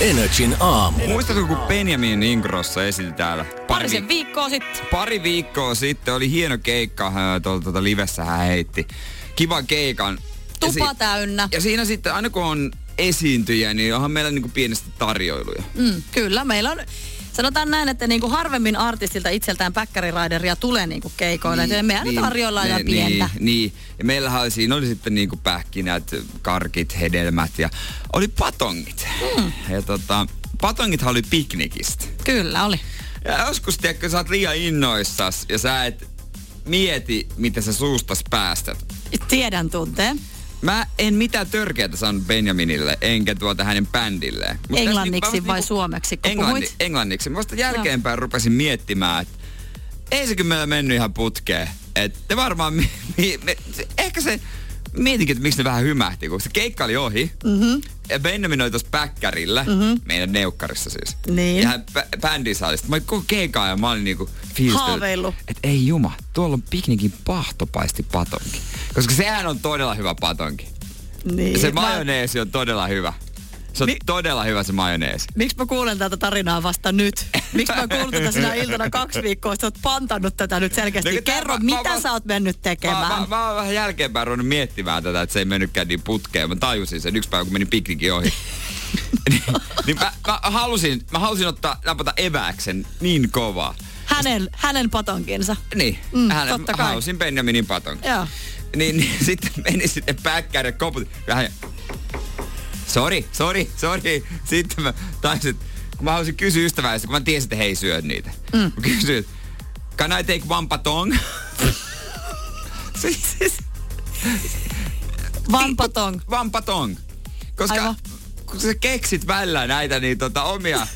Speaker 1: Energin aamu.
Speaker 2: Muistatko, kun Benjamin Ingrossa esili täällä?
Speaker 3: Parisen
Speaker 2: viik-
Speaker 3: viikkoa sitten.
Speaker 2: pari viikkoa sitten oli hieno keikka, äh, tuolla tuota livessä hän heitti. Kivan keikan. Ja
Speaker 3: Tupa täynnä.
Speaker 2: Ja siinä sitten, aina kun on esiintyjä, niin onhan meillä niinku pienesti tarjoiluja.
Speaker 3: Mm, kyllä, meillä on... Sanotaan näin, että niinku harvemmin artistilta itseltään päkkäriraideria tulee niinku keikoille. Niin, me aina
Speaker 2: niin,
Speaker 3: tarjoillaan ja
Speaker 2: ne-
Speaker 3: pientä.
Speaker 2: Niin, niin. Ja meillähän oli, siinä oli sitten niinku pähkinät, karkit, hedelmät ja oli patongit.
Speaker 3: Hmm.
Speaker 2: Mm. Ja tota, patongithan oli piknikistä.
Speaker 3: Kyllä oli.
Speaker 2: Ja joskus, tiedätkö, sä oot liian innoissas ja sä et mieti, miten sä suustas päästät.
Speaker 3: Tiedän tunteen.
Speaker 2: Mä en mitään törkeätä saanut Benjaminille, enkä tuota hänen bändilleen. Mut tässä niinku- mä
Speaker 3: Englanniksi
Speaker 2: vasta
Speaker 3: vai
Speaker 2: niinku-
Speaker 3: suomeksi, kun
Speaker 2: Englanni,
Speaker 3: puhuit?
Speaker 2: englanniksi. Mä vasta jälkeenpäin rupesin miettimään, että ei se kyllä meillä mennyt ihan putkeen. Että ne varmaan, mi, mi, me, se, ehkä se, mietinkin, että miksi ne vähän hymähti, kun se keikka oli ohi. Mm-hmm. Ja Benjamin oli tuossa päkkärillä, mm-hmm. meidän neukkarissa siis.
Speaker 3: Niin.
Speaker 2: Ja hän bä- bändissä oli. Sitten Mä olin koko keikaa ja mä olin niinku fiilistellyt,
Speaker 3: Haaveillut.
Speaker 2: Että ei juma, tuolla on piknikin pahtopaisti patonki. Koska sehän on todella hyvä patonki.
Speaker 3: Niin.
Speaker 2: Se
Speaker 3: Mä-
Speaker 2: majoneesi on todella hyvä. Se on
Speaker 3: Mi-
Speaker 2: todella hyvä se majoneesi.
Speaker 3: Miksi mä kuulen tätä tarinaa vasta nyt? Miksi mä kuulin tätä sinä iltana kaksi viikkoa, että sä oot pantannut tätä nyt selkeästi.
Speaker 2: No, kun tää-
Speaker 3: Kerro,
Speaker 2: mä-
Speaker 3: mitä
Speaker 2: mä-
Speaker 3: sä oot mennyt
Speaker 2: Mä, mä,
Speaker 3: tekemään?
Speaker 2: mä oon vähän jälkeenpäin ruvennut miettimään tätä, että se ei mennytkään niin putkeen. Mä tajusin sen yksi päivä, kun meni piknikin ohi. niin, niin mä, mä, halusin, mä halusin ottaa, napata eväksen niin kovaa.
Speaker 3: Hänen, hänen patonkinsa.
Speaker 2: Niin,
Speaker 3: Mm,
Speaker 2: hän,
Speaker 3: totta kai.
Speaker 2: halusin Benjaminin paton.
Speaker 3: Joo.
Speaker 2: Niin, niin sitten meni sinne päkkäille koputin. Vähän, sori, sori, sori. Sitten mä taisin, että kun mä halusin kysyä ystävällistä, kun mä tiesin, että he ei syö niitä. Mm. Mä kysyin, että can I take one patong? siis, siis, Niin.
Speaker 3: Van patong.
Speaker 2: Van Patong. Koska
Speaker 3: Aivan.
Speaker 2: kun sä keksit välillä näitä niin tota, omia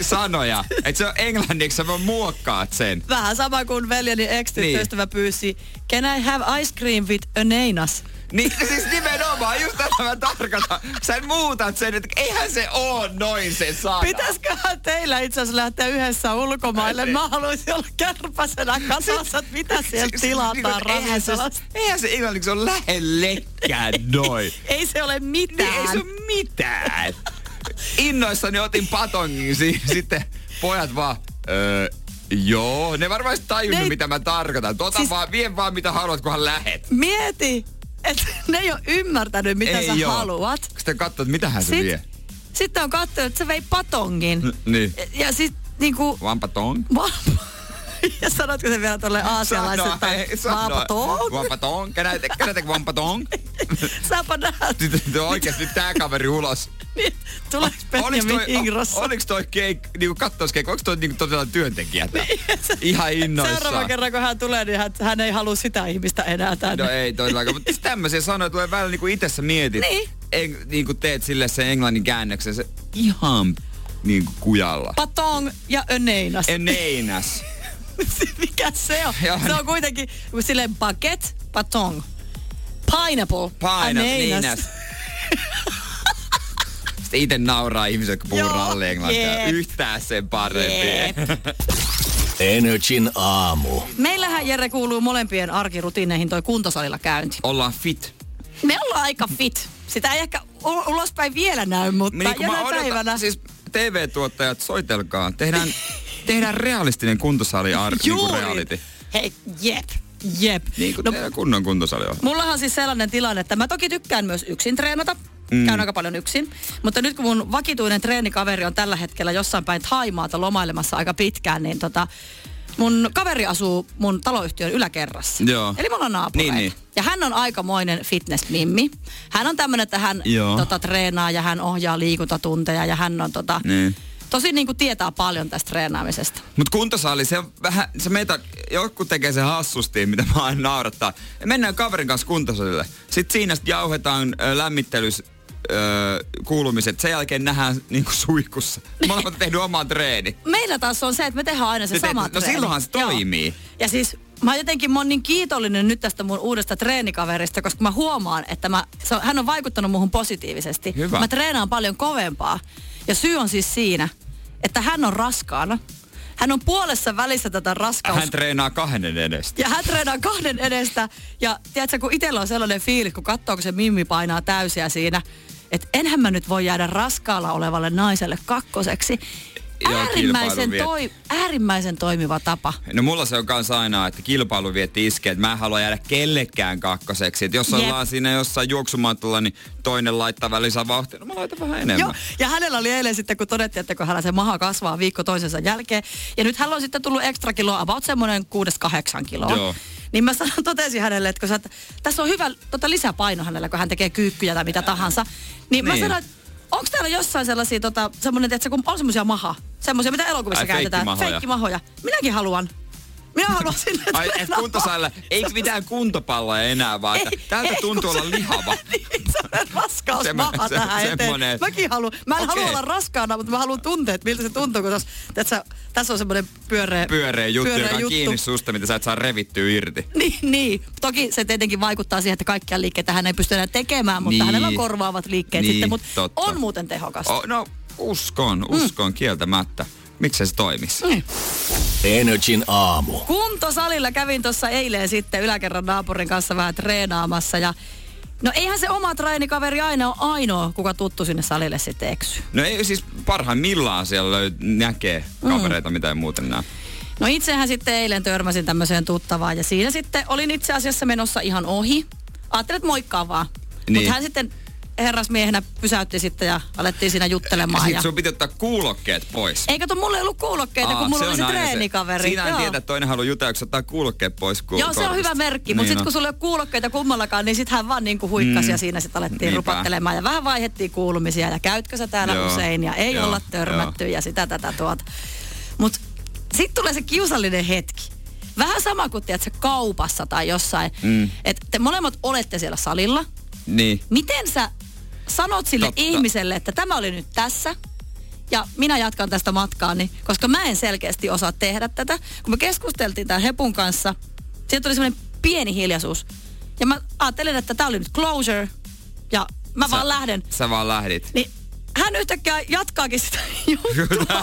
Speaker 2: sanoja, että se on englanniksi, sä vaan muokkaat sen.
Speaker 3: Vähän sama kuin veljeni ex-tyttöystävä pyysi, can I have ice cream with a neinas?
Speaker 2: Niin siis nimenomaan, just tätä mä tarkoitan. Sä muutat sen, että eihän se oo noin se sana.
Speaker 3: Pitäisiköhän teillä itse asiassa lähteä yhdessä ulkomaille? Mä haluaisin olla kärpäsenä katsomassa, että mitä siellä
Speaker 2: Siis-
Speaker 3: tilataan
Speaker 2: niinku, eihän se,
Speaker 3: ravintolassa.
Speaker 2: eihän se englanniksi ole lähellekään noin.
Speaker 3: Ei se ole
Speaker 2: Niin ei
Speaker 3: mitään.
Speaker 2: se ole mitään. Innoissani otin patongin si- sitten pojat vaan, öö, joo, ne varmaan edes tajunnut,
Speaker 3: Ne ei-
Speaker 2: mitä mä tarkoitan. Tuota
Speaker 3: Siis-
Speaker 2: siis... vaan, vie vaan mitä haluat, kunhan lähet.
Speaker 3: Mieti, että ne ei ole ymmärtänyt, mitä
Speaker 2: Ei
Speaker 3: sä
Speaker 2: joo.
Speaker 3: haluat.
Speaker 2: Sitten katsoit, mitähän se vie.
Speaker 3: Sitten sit on katsonut, että se vei patongin.
Speaker 2: N- niin.
Speaker 3: Ja sit niinku...
Speaker 2: Vaan patong.
Speaker 3: Va- ja sanotko se vielä tuolle aasialaiselle? Vaapatong?
Speaker 2: Vampatong. Kenätek vampatong?
Speaker 3: Saapa nähdä.
Speaker 2: Sitten oikeesti tää kaveri ulos.
Speaker 3: Tuleeko
Speaker 2: Oliks
Speaker 3: Benjamin
Speaker 2: toi,
Speaker 3: Ingrosso?
Speaker 2: oliks toi keik, niinku kattoiskeikko, oliks toi niinku todella työntekijä? tää? Ihan innoissaan.
Speaker 3: Niin, Seuraava kerran, kun hän tulee, niin hän, hän ei halua sitä ihmistä enää tänne.
Speaker 2: No ei todellakaan, mutta tämmöisiä sanoja tulee välillä niinku itessä mietit.
Speaker 3: Niin.
Speaker 2: En, niinku teet sille sen englannin käännöksen, se ihan niinku kujalla.
Speaker 3: Patong ja öneinas.
Speaker 2: en neinäs.
Speaker 3: Mikä se on?
Speaker 2: Joo,
Speaker 3: se on kuitenkin kun silleen baguette, patong. Pineapple,
Speaker 2: Painat
Speaker 3: aneinas.
Speaker 2: neinäs. Sitten ite nauraa ihmiset, kun puhuu
Speaker 3: Joo,
Speaker 2: rallienglantia.
Speaker 3: jep.
Speaker 2: Yhtään sen parempi.
Speaker 3: Jep.
Speaker 1: Energin aamu.
Speaker 3: Meillähän Jere kuuluu molempien arkirutiineihin toi kuntosalilla käynti.
Speaker 2: Ollaan fit.
Speaker 3: Me ollaan aika fit. Sitä ei ehkä u- ulospäin vielä näy, mutta
Speaker 2: Niin, kun mä
Speaker 3: jonain
Speaker 2: odotan-
Speaker 3: päivänä.
Speaker 2: Siis TV-tuottajat, soitelkaa. Tehdään, tehdään realistinen kuntosali ar- niinku reality.
Speaker 3: Hei, jep, jep.
Speaker 2: Niin kuin
Speaker 3: no,
Speaker 2: no, kunnon kuntosali on.
Speaker 3: Mullahan on siis sellainen tilanne, että mä toki tykkään myös yksin treenata. Mm. Käyn aika paljon yksin. Mutta nyt kun mun vakituinen treenikaveri on tällä hetkellä jossain päin Haimaata lomailemassa aika pitkään, niin tota, mun kaveri asuu mun taloyhtiön yläkerrassa.
Speaker 2: Joo.
Speaker 3: Eli me ollaan naapureita.
Speaker 2: Niin, niin.
Speaker 3: Ja hän on aikamoinen fitnessmimmi. Hän on tämmöinen, että hän
Speaker 2: Joo.
Speaker 3: tota, treenaa ja hän ohjaa liikuntatunteja ja hän on tota,
Speaker 2: Niin.
Speaker 3: tosi niin kuin tietää paljon tästä treenaamisesta.
Speaker 2: Mutta kuntosali, se on vähän, se meitä, joku tekee se hassusti, mitä mä aina naurattaa. Mennään kaverin kanssa kuntosalille. Sitten siinä sit jauhetaan ö, lämmittelys ö, kuulumiset. Sen jälkeen nähdään niinku suihkussa. Molemmat on tehnyt oman treeni.
Speaker 3: Meillä taas on se, että me tehdään aina se
Speaker 2: Te teette-
Speaker 3: sama
Speaker 2: no
Speaker 3: treeni.
Speaker 2: silloinhan se toimii.
Speaker 3: Ja siis mä oon jotenkin, mä oon niin kiitollinen nyt tästä mun uudesta treenikaverista, koska mä huomaan, että mä, se on, hän on vaikuttanut muuhun positiivisesti.
Speaker 2: Hyvä.
Speaker 3: Mä treenaan paljon kovempaa. Ja syy on siis siinä, että hän on raskaana. Hän on puolessa välissä tätä raskaus...
Speaker 2: Hän treenaa kahden edestä.
Speaker 3: Ja hän treenaa kahden edestä. Ja tiedätkö, kun itsellä on sellainen fiilis, kun katsoo, kun se mimmi painaa täysiä siinä, että enhän mä nyt voi jäädä raskaalla olevalle naiselle kakkoseksi.
Speaker 2: Joo,
Speaker 3: Äärimmäisen,
Speaker 2: kilpailu vie.
Speaker 3: toi, äärimmäisen toimiva tapa.
Speaker 2: No mulla se on kans aina, että kilpailu vietti iskeä, että mä en halua jäädä kellekään kakkoseksi. Että jos
Speaker 3: Jep.
Speaker 2: ollaan siinä jossain juoksumatolla, niin toinen laittaa vähän lisää vauhtia. No mä laitan vähän enemmän.
Speaker 3: Joo, ja hänellä oli eilen sitten, kun todettiin, että kun hänellä se maha kasvaa viikko toisensa jälkeen. Ja nyt hänellä on sitten tullut ekstra kiloa, about semmoinen 6-8 kiloa.
Speaker 2: Joo.
Speaker 3: Niin mä sanon, totesin hänelle, että kun sä, oot- tässä on hyvä tota, lisäpaino hänellä, kun hän tekee kyykkyjä tai mitä tahansa. Niin, niin.
Speaker 2: Niin.
Speaker 3: mä sanoin, että onko täällä jossain sellaisia, tota, semmoinen, että kun on semmoisia maha, semmoisia, mitä elokuvissa
Speaker 2: Ai,
Speaker 3: käytetään.
Speaker 2: feikkimahoja.
Speaker 3: Feikkimahoja. Minäkin haluan. Minä haluan sinne.
Speaker 2: Ai, et
Speaker 3: treenaamaan.
Speaker 2: kuntosalilla ei mitään kuntopalloja enää, vaan että tältä
Speaker 3: ei,
Speaker 2: tuntuu
Speaker 3: kun
Speaker 2: olla lihava.
Speaker 3: niin, semmoinen raskaus
Speaker 2: Semmo-
Speaker 3: maha
Speaker 2: se-
Speaker 3: tähän
Speaker 2: semmonen.
Speaker 3: eteen. Mäkin haluan. Mä en halua
Speaker 2: Okei.
Speaker 3: olla raskaana, mutta mä haluan tuntea, että miltä se tuntuu, kun tässä, tässä, tässä on semmoinen pyöreä,
Speaker 2: Pyöreä juttu, pyöreä joka on kiinni susta, mitä sä et saa revittyä irti.
Speaker 3: Niin, niin, toki se tietenkin vaikuttaa siihen, että kaikkia liikkeitä hän ei pysty enää tekemään, mutta
Speaker 2: Niin.
Speaker 3: hänellä on korvaavat liikkeet
Speaker 2: Niin,
Speaker 3: sitten, mutta
Speaker 2: totta.
Speaker 3: on muuten tehokas.
Speaker 2: O, no, uskon, uskon mm. kieltämättä. Miksei se toimisi? Mm.
Speaker 1: Energin aamu.
Speaker 3: Kuntosalilla kävin tuossa eilen sitten yläkerran naapurin kanssa vähän treenaamassa ja No eihän se oma treenikaveri aina ole ainoa, kuka tuttu sinne salille sitten eksyy.
Speaker 2: No ei siis parhaimmillaan siellä löy- näkee kavereita, mitä ei muuten näe.
Speaker 3: No itsehän sitten eilen törmäsin tämmöiseen tuttavaan ja siinä sitten olin itse asiassa menossa ihan ohi. Ajattelin, että moikkaa vaan. Niin.
Speaker 2: Niin.
Speaker 3: Mutta hän sitten herrasmiehenä pysäytti sitten ja alettiin siinä
Speaker 2: Ja
Speaker 3: juttelemaan.
Speaker 2: sit
Speaker 3: Ja...
Speaker 2: sun piti ottaa kuulokkeet pois.
Speaker 3: Eikä tuo mulle ei ollut kuulokkeita, kun mulla oli se
Speaker 2: on aina
Speaker 3: treenikaveri.
Speaker 2: Siinä en
Speaker 3: Joo.
Speaker 2: tiedä, että toinen haluaa jutella, kun se ottaa kuulokkeet pois kuul-
Speaker 3: Joo, se on
Speaker 2: korvista.
Speaker 3: hyvä merkki, mutta
Speaker 2: Niin
Speaker 3: sitten kun
Speaker 2: on.
Speaker 3: sulla ei ole kuulokkeita kummallakaan, niin sitten hän vaan niinku huikkasi
Speaker 2: Mm.
Speaker 3: ja siinä sitten alettiin
Speaker 2: Niinpä.
Speaker 3: rupattelemaan ja vähän vaihettiin kuulumisia ja käytkö sä täällä
Speaker 2: Joo,
Speaker 3: usein ja ei
Speaker 2: joo,
Speaker 3: olla törmätty ja sitä tätä tuota. Mutta sitten tulee se kiusallinen hetki. Vähän sama kuin tiedätkö, kaupassa tai jossain, mm. että te molemmat olette siellä salilla.
Speaker 2: Niin.
Speaker 3: Miten sä sanot sille
Speaker 2: Totta.
Speaker 3: ihmiselle, että tämä oli nyt tässä ja minä jatkan tästä matkaani, koska mä en selkeästi osaa tehdä tätä. Kun me keskusteltiin tämän Hepun kanssa, sieltä tuli semmoinen pieni hiljaisuus. Ja mä ajattelin, että tämä oli nyt closure ja mä sä... vaan lähden.
Speaker 2: Sä vaan lähdit.
Speaker 3: Niin hän yhtäkkiä jatkaakin sitä juttua.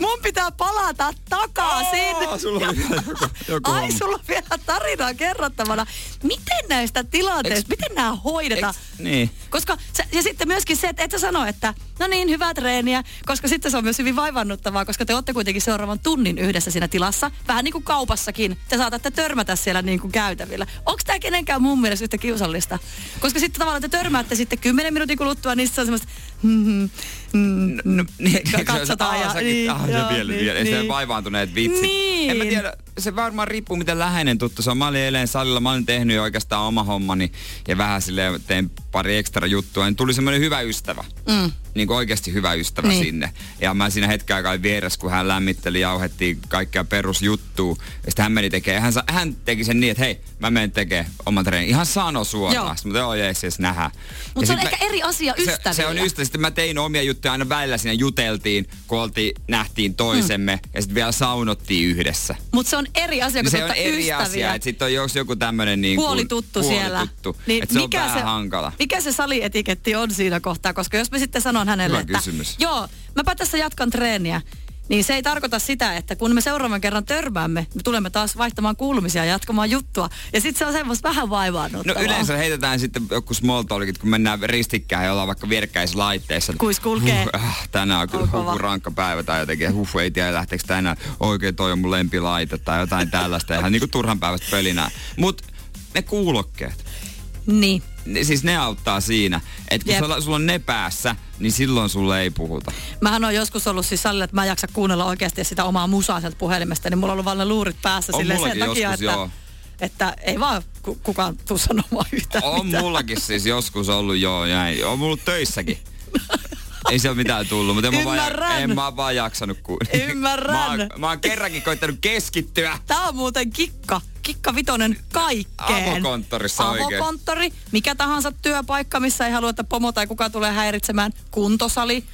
Speaker 3: Mun pitää palata takaisin.
Speaker 2: Aa, sulla oli vielä joku, joku
Speaker 3: Ai,
Speaker 2: homma.
Speaker 3: sulla on vielä tarinaa kerrottavana. Miten näistä tilanteista,
Speaker 2: Eks-
Speaker 3: miten nämä hoidetaan?
Speaker 2: Eks- niin.
Speaker 3: Koska se, ja sitten myöskin se, että et sä sano, että no niin, hyvää treeniä, koska sitten se on myös hyvin vaivannuttavaa, koska te olette kuitenkin seuraavan tunnin yhdessä siinä tilassa. Vähän niin kuin kaupassakin, te saatatte törmätä siellä niin kuin käytävillä. Onko tämä kenenkään mun mielestä yhtä kiusallista? Koska sitten tavallaan te törmäätte sitten 10 minuutin kuluttua, niin se on semmoista, mm, mm,
Speaker 2: No, niin,
Speaker 3: Ka- katsotaan
Speaker 2: ja...
Speaker 3: ja-
Speaker 2: Säkin,
Speaker 3: niin,
Speaker 2: ah, se
Speaker 3: joo,
Speaker 2: vielä,
Speaker 3: niin,
Speaker 2: vielä. Ei se
Speaker 3: niin.
Speaker 2: vaivaantuneet vitsit.
Speaker 3: Niin.
Speaker 2: En mä tiedä, se varmaan riippuu miten läheinen tuttu se on. Mä olin eilen salilla, mä olin tehnyt jo oikeastaan oma hommani ja vähän silleen tein pari ekstra juttua. Niin tuli semmoinen hyvä ystävä. Mm. Niin kuin oikeasti hyvä ystävä
Speaker 3: Niin.
Speaker 2: niin. sinne. Ja mä siinä hetken aikaa olin vieressä, kun hän lämmitteli, jauhettiin kaikkea perusjuttua. Ja sitten hän meni tekemään. Hän, sa- hän teki sen niin, että hei, mä menen tekemään oman treenin. Ihan sano
Speaker 3: Joo.
Speaker 2: suoraan. Mutta joo, jees, jees, nähdään. Ja
Speaker 3: Mutta se on
Speaker 2: sit mä-
Speaker 3: ehkä eri asia ystävillä.
Speaker 2: se, se on ystävä. Sitten mä tein omia juttuja aina välillä siinä juteltiin, kun oltiin, nähtiin toisemme mm. ja sitten vielä saunottiin yhdessä.
Speaker 3: Mutta se on eri asia,
Speaker 2: Niin
Speaker 3: kun te
Speaker 2: se on
Speaker 3: olette
Speaker 2: eri
Speaker 3: ystäviä.
Speaker 2: asia, että sitten on jos joku tämmönen niin
Speaker 3: puoli tuttu siellä.
Speaker 2: Puolituttu, niin, että se on vähän se... hankala. No
Speaker 3: Mikä se salietiketti on siinä kohtaa? Koska jos mä sitten sanon hänelle,
Speaker 2: Hyvä
Speaker 3: että
Speaker 2: kysymys.
Speaker 3: joo, mäpä tässä jatkan treeniä, niin se ei tarkoita sitä, että kun me seuraavan kerran törmäämme, me tulemme taas vaihtamaan kuulumisia ja jatkamaan juttua. Ja sitten se on semmoista vähän
Speaker 2: No
Speaker 3: vaivaannuttavaa.
Speaker 2: yleensä heitetään sitten joku small talkit, kun mennään ristikkäin ja ollaan vaikka vierekkäisissä laitteissa.
Speaker 3: Kuis kulkee.
Speaker 2: Huh, äh, tänään on kyllä
Speaker 3: On kova.
Speaker 2: joku rankka päivä tai jotenkin, huh, ei tiedä lähteekö tänään oikein toi on mun lempilaite tai jotain tällaista. Ihan niinku turhan päivästä pölinää. Mut ne kuulokkeet.
Speaker 3: Niin.
Speaker 2: Ne- siis ne auttaa siinä. Että kun
Speaker 3: Jep.
Speaker 2: sulla, sulla on ne päässä, niin silloin sulle ei puhuta.
Speaker 3: Mähän on joskus ollut siis salilla, että mä en jaksa kuunnella oikeasti sitä omaa musaa sieltä puhelimesta, niin mulla on ollut vaan ne luurit päässä
Speaker 2: On
Speaker 3: silleen sen
Speaker 2: mullakin
Speaker 3: takia,
Speaker 2: joskus,
Speaker 3: että,
Speaker 2: joo.
Speaker 3: että, ei vaan ku, kukaan tuu sanomaan yhtään
Speaker 2: On
Speaker 3: mitään.
Speaker 2: mullakin siis joskus ollut joo näin. On mulla töissäkin. Ei se ole mitään tullut, mutta en mä, vaan,
Speaker 3: Ymmärrän.
Speaker 2: en mä vaan jaksanut kuunnella.
Speaker 3: Ymmärrän.
Speaker 2: Mä, oon- mä oon kerrankin koittanut keskittyä.
Speaker 3: Tää on muuten kikka. Kikka vitonen kaikkeen.
Speaker 2: Avokonttorissa oikein.
Speaker 3: Avokonttori, mikä tahansa työpaikka, missä ei halua, että pomo tai kuka tulee häiritsemään. Kuntosali,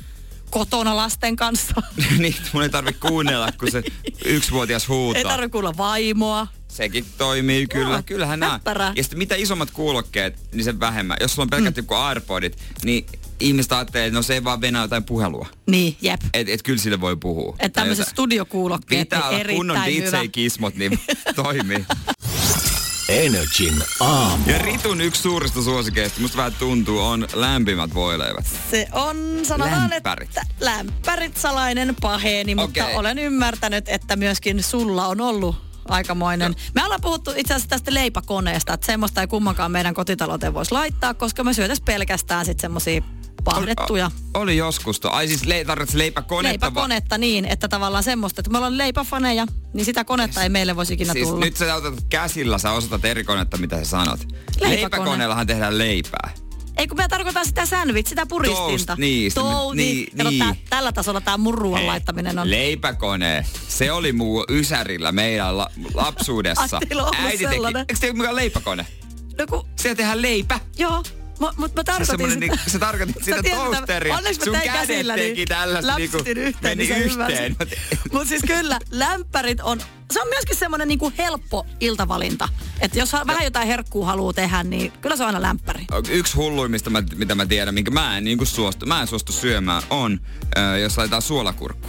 Speaker 3: kotona lasten kanssa.
Speaker 2: niin, mun ei tarvi kuunnella, kun se yksivuotias huutaa.
Speaker 3: ei tarvitse kuulla vaimoa.
Speaker 2: Sekin toimii kyllä.
Speaker 3: Joo,
Speaker 2: Kyllähän nämä.
Speaker 3: näppärää.
Speaker 2: Ja sitten mitä isommat kuulokkeet, niin sen vähemmän. Jos sulla on pelkät mm. AirPodit, niin ihmiset ajattelee, että no se ei vaan venää jotain puhelua.
Speaker 3: Niin, jep.
Speaker 2: Et, et kyllä sille voi puhua.
Speaker 3: Että
Speaker 2: Tai
Speaker 3: tämmöiset
Speaker 2: jotain.
Speaker 3: studiokuulokkeet,
Speaker 2: Pitää
Speaker 3: niin
Speaker 2: olla kunnon
Speaker 3: erittäin hyvä.
Speaker 2: DJ-kismot, niin toimii.
Speaker 1: Energin aamu.
Speaker 2: Ja Ritun yksi suurista suosikeista, musta vähän tuntuu, on lämpimät voileivät.
Speaker 3: Se on, sanotaan,
Speaker 2: Lämpärit.
Speaker 3: että lämpärit salainen paheni, mutta
Speaker 2: Okei.
Speaker 3: olen ymmärtänyt, että myöskin sulla on ollut aikamoinen. Me ollaan puhuttu itse asiassa tästä leipäkoneesta, että semmoista ei kummankaan meidän kotitalouteen voisi laittaa, koska me syötäisiin pelkästään sitten semmoisia pahdettuja
Speaker 2: Oli joskus. To. Ai siis le- tarvitset leipäkonetta. va-
Speaker 3: leipäkonetta niin, että tavallaan semmoista, että me ollaan leipäfaneja, niin sitä konetta ei meille voisi ikinä
Speaker 2: Siis
Speaker 3: tulla.
Speaker 2: nyt sä otat käsillä, sä osatat eri konetta, mitä sä sanot. Leipäkoneellahan tehdään leipää.
Speaker 3: Ei kun me tarkoitan sitä sandwich, sitä puristinta.
Speaker 2: Toast, niin, sitä-
Speaker 3: Toast,
Speaker 2: niin,
Speaker 3: Kato,
Speaker 2: niin.
Speaker 3: tää- tällä tasolla tämä murruan laittaminen on.
Speaker 2: Leipäkone. Se oli muu ysärillä meidän la- lapsuudessa.
Speaker 3: Ai, teillä on ollut
Speaker 2: Äiti teki.
Speaker 3: sellainen.
Speaker 2: Eikö teillä mikään leipäkone?
Speaker 3: no kun
Speaker 2: Siellä tehdään leipä.
Speaker 3: Joo, mutta mä
Speaker 2: Se
Speaker 3: tarkoitin
Speaker 2: semmonen
Speaker 3: sitä.
Speaker 2: niinku- sä tarkoitit
Speaker 3: Sä
Speaker 2: sitä
Speaker 3: tiedät, että
Speaker 2: toasteria.
Speaker 3: Onneksi mä
Speaker 2: Sun
Speaker 3: tein
Speaker 2: kädet
Speaker 3: käsillä,
Speaker 2: teki tällaista niinku-
Speaker 3: läpsytin yhteen,
Speaker 2: meni
Speaker 3: niin sä
Speaker 2: yhteen.
Speaker 3: ymmärsit. Mut siis kyllä, lämpärit on, se on myöskin semmoinen niinku helppo iltavalinta. Että jos ha- vähän jotain herkkuu haluaa tehdä, niin kyllä se on aina lämpäri.
Speaker 2: Yksi hulluimmista, mä, mitä mä tiedän, minkä mä en, niin suostu, mä en suostu syömään, on, ö, jos laitetaan suolakurkku.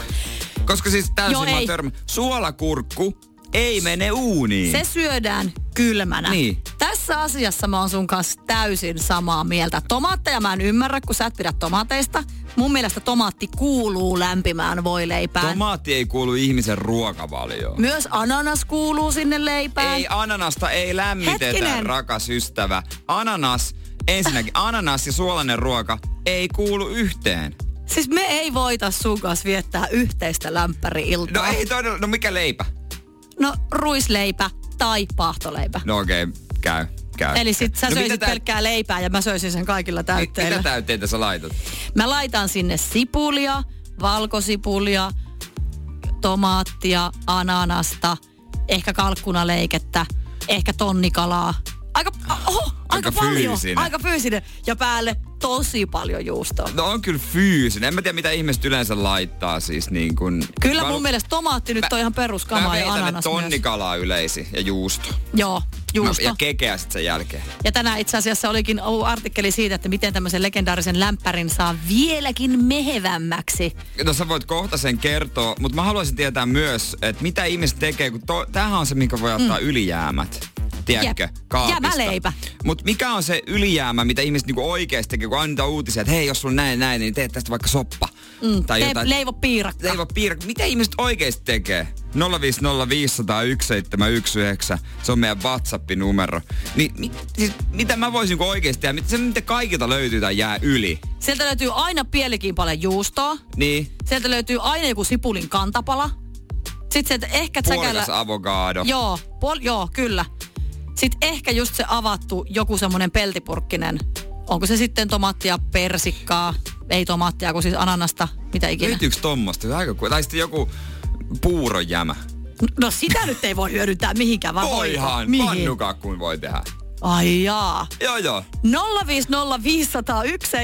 Speaker 2: Koska siis täysin
Speaker 3: Joo,
Speaker 2: mä
Speaker 3: ei.
Speaker 2: törmä, suolakurkku ei mene uuniin.
Speaker 3: Se syödään kylmänä.
Speaker 2: Niin.
Speaker 3: Tässä asiassa mä oon sun kanssa täysin samaa mieltä. Tomaatteja mä en ymmärrä, kun sä et pidä tomaateista. Mun mielestä tomaatti kuuluu lämpimään voileipään.
Speaker 2: Tomaatti ei kuulu ihmisen ruokavalioon.
Speaker 3: Myös ananas kuuluu sinne leipään.
Speaker 2: Ei ananasta ei lämmitetä,
Speaker 3: Hetkinen.
Speaker 2: rakas ystävä. Ananas, ensinnäkin ananas ja suolainen ruoka ei kuulu yhteen.
Speaker 3: Siis me ei voita sun kanssa viettää yhteistä lämpäri-iltaa.
Speaker 2: No ei todella, no mikä leipä?
Speaker 3: No ruisleipä tai paahtoleipä.
Speaker 2: No okei, okay, käy, käy.
Speaker 3: Eli sit sä
Speaker 2: no,
Speaker 3: no, söisit
Speaker 2: mitä
Speaker 3: pelkkää leipää ja mä söisin sen kaikilla
Speaker 2: mit-
Speaker 3: täytteillä.
Speaker 2: Mitä täytteitä sä laitat?
Speaker 3: mä laitan sinne sipulia, valkosipulia, tomaattia, ananasta, ehkä kalkkunaleikettä, ehkä tonnikalaa. Aika, oho, aika,
Speaker 2: Aika
Speaker 3: paljon.
Speaker 2: fyysinen.
Speaker 3: Aika fyysinen. Ja päälle tosi paljon juustoa.
Speaker 2: No on kyllä fyysinen. En mä tiedä, mitä ihmiset yleensä laittaa siis niin kuin...
Speaker 3: Kyllä
Speaker 2: Mä-
Speaker 3: mun mielestä tomaatti nyt on ihan peruskamaa
Speaker 2: Mä
Speaker 3: ja
Speaker 2: veitän, että
Speaker 3: ananas myös.
Speaker 2: tonnikalaa yleisi ja juusto.
Speaker 3: Joo, juusto.
Speaker 2: Mä, ja kekeä sitten sen jälkeen.
Speaker 3: Ja tänään itse asiassa olikin ollut artikkeli siitä, että miten tämmöisen legendaarisen lämpärin saa vieläkin mehevämmäksi.
Speaker 2: No sä voit kohta sen kertoa, mutta mä haluaisin tietää myös, että mitä ihmiset tekee, kun to, tämähän on se, minkä voi ottaa mm. ylijäämät. Tiedätkö?
Speaker 3: Jep.
Speaker 2: Kaapista.
Speaker 3: Jäämäleipä.
Speaker 2: Mutta mikä on se ylijäämä, mitä ihmiset niinku oikeasti tekee, kun annetaan uutisia, että hei, jos sulla on näin ja näin, niin teet tästä vaikka soppa. Mm. Tai
Speaker 3: Te-
Speaker 2: jotain.
Speaker 3: Leivo piirakka.
Speaker 2: Leivo piirak. Mitä ihmiset oikeasti tekee? 050501719. Se on meidän WhatsApp-numero. Niin, mi, siis, mitä mä voisin niinku oikeasti tehdä? Mit- Se, mitä kaikilta löytyy tai jää yli.
Speaker 3: Sieltä löytyy aina pielikin paljon juustoa.
Speaker 2: Niin.
Speaker 3: Sieltä löytyy aina joku sipulin kantapala. Sitten sieltä ehkä
Speaker 2: Puolikas
Speaker 3: tsäkällä...
Speaker 2: avokaado.
Speaker 3: Joo, puol... joo, kyllä. Sitten ehkä just se avattu joku semmoinen peltipurkkinen. Onko se sitten tomaattia, persikkaa, ei tomaattia, kun siis ananasta, mitä ikinä.
Speaker 2: Löytyykö tommosta? Aika ku... Tai sitten joku puurojämä.
Speaker 3: No sitä nyt ei voi hyödyntää mihinkään, vaan
Speaker 2: Voihan,
Speaker 3: Mihin?
Speaker 2: pannukakkuun voi tehdä.
Speaker 3: Ai jaa.
Speaker 2: Joo joo.
Speaker 3: 050501719.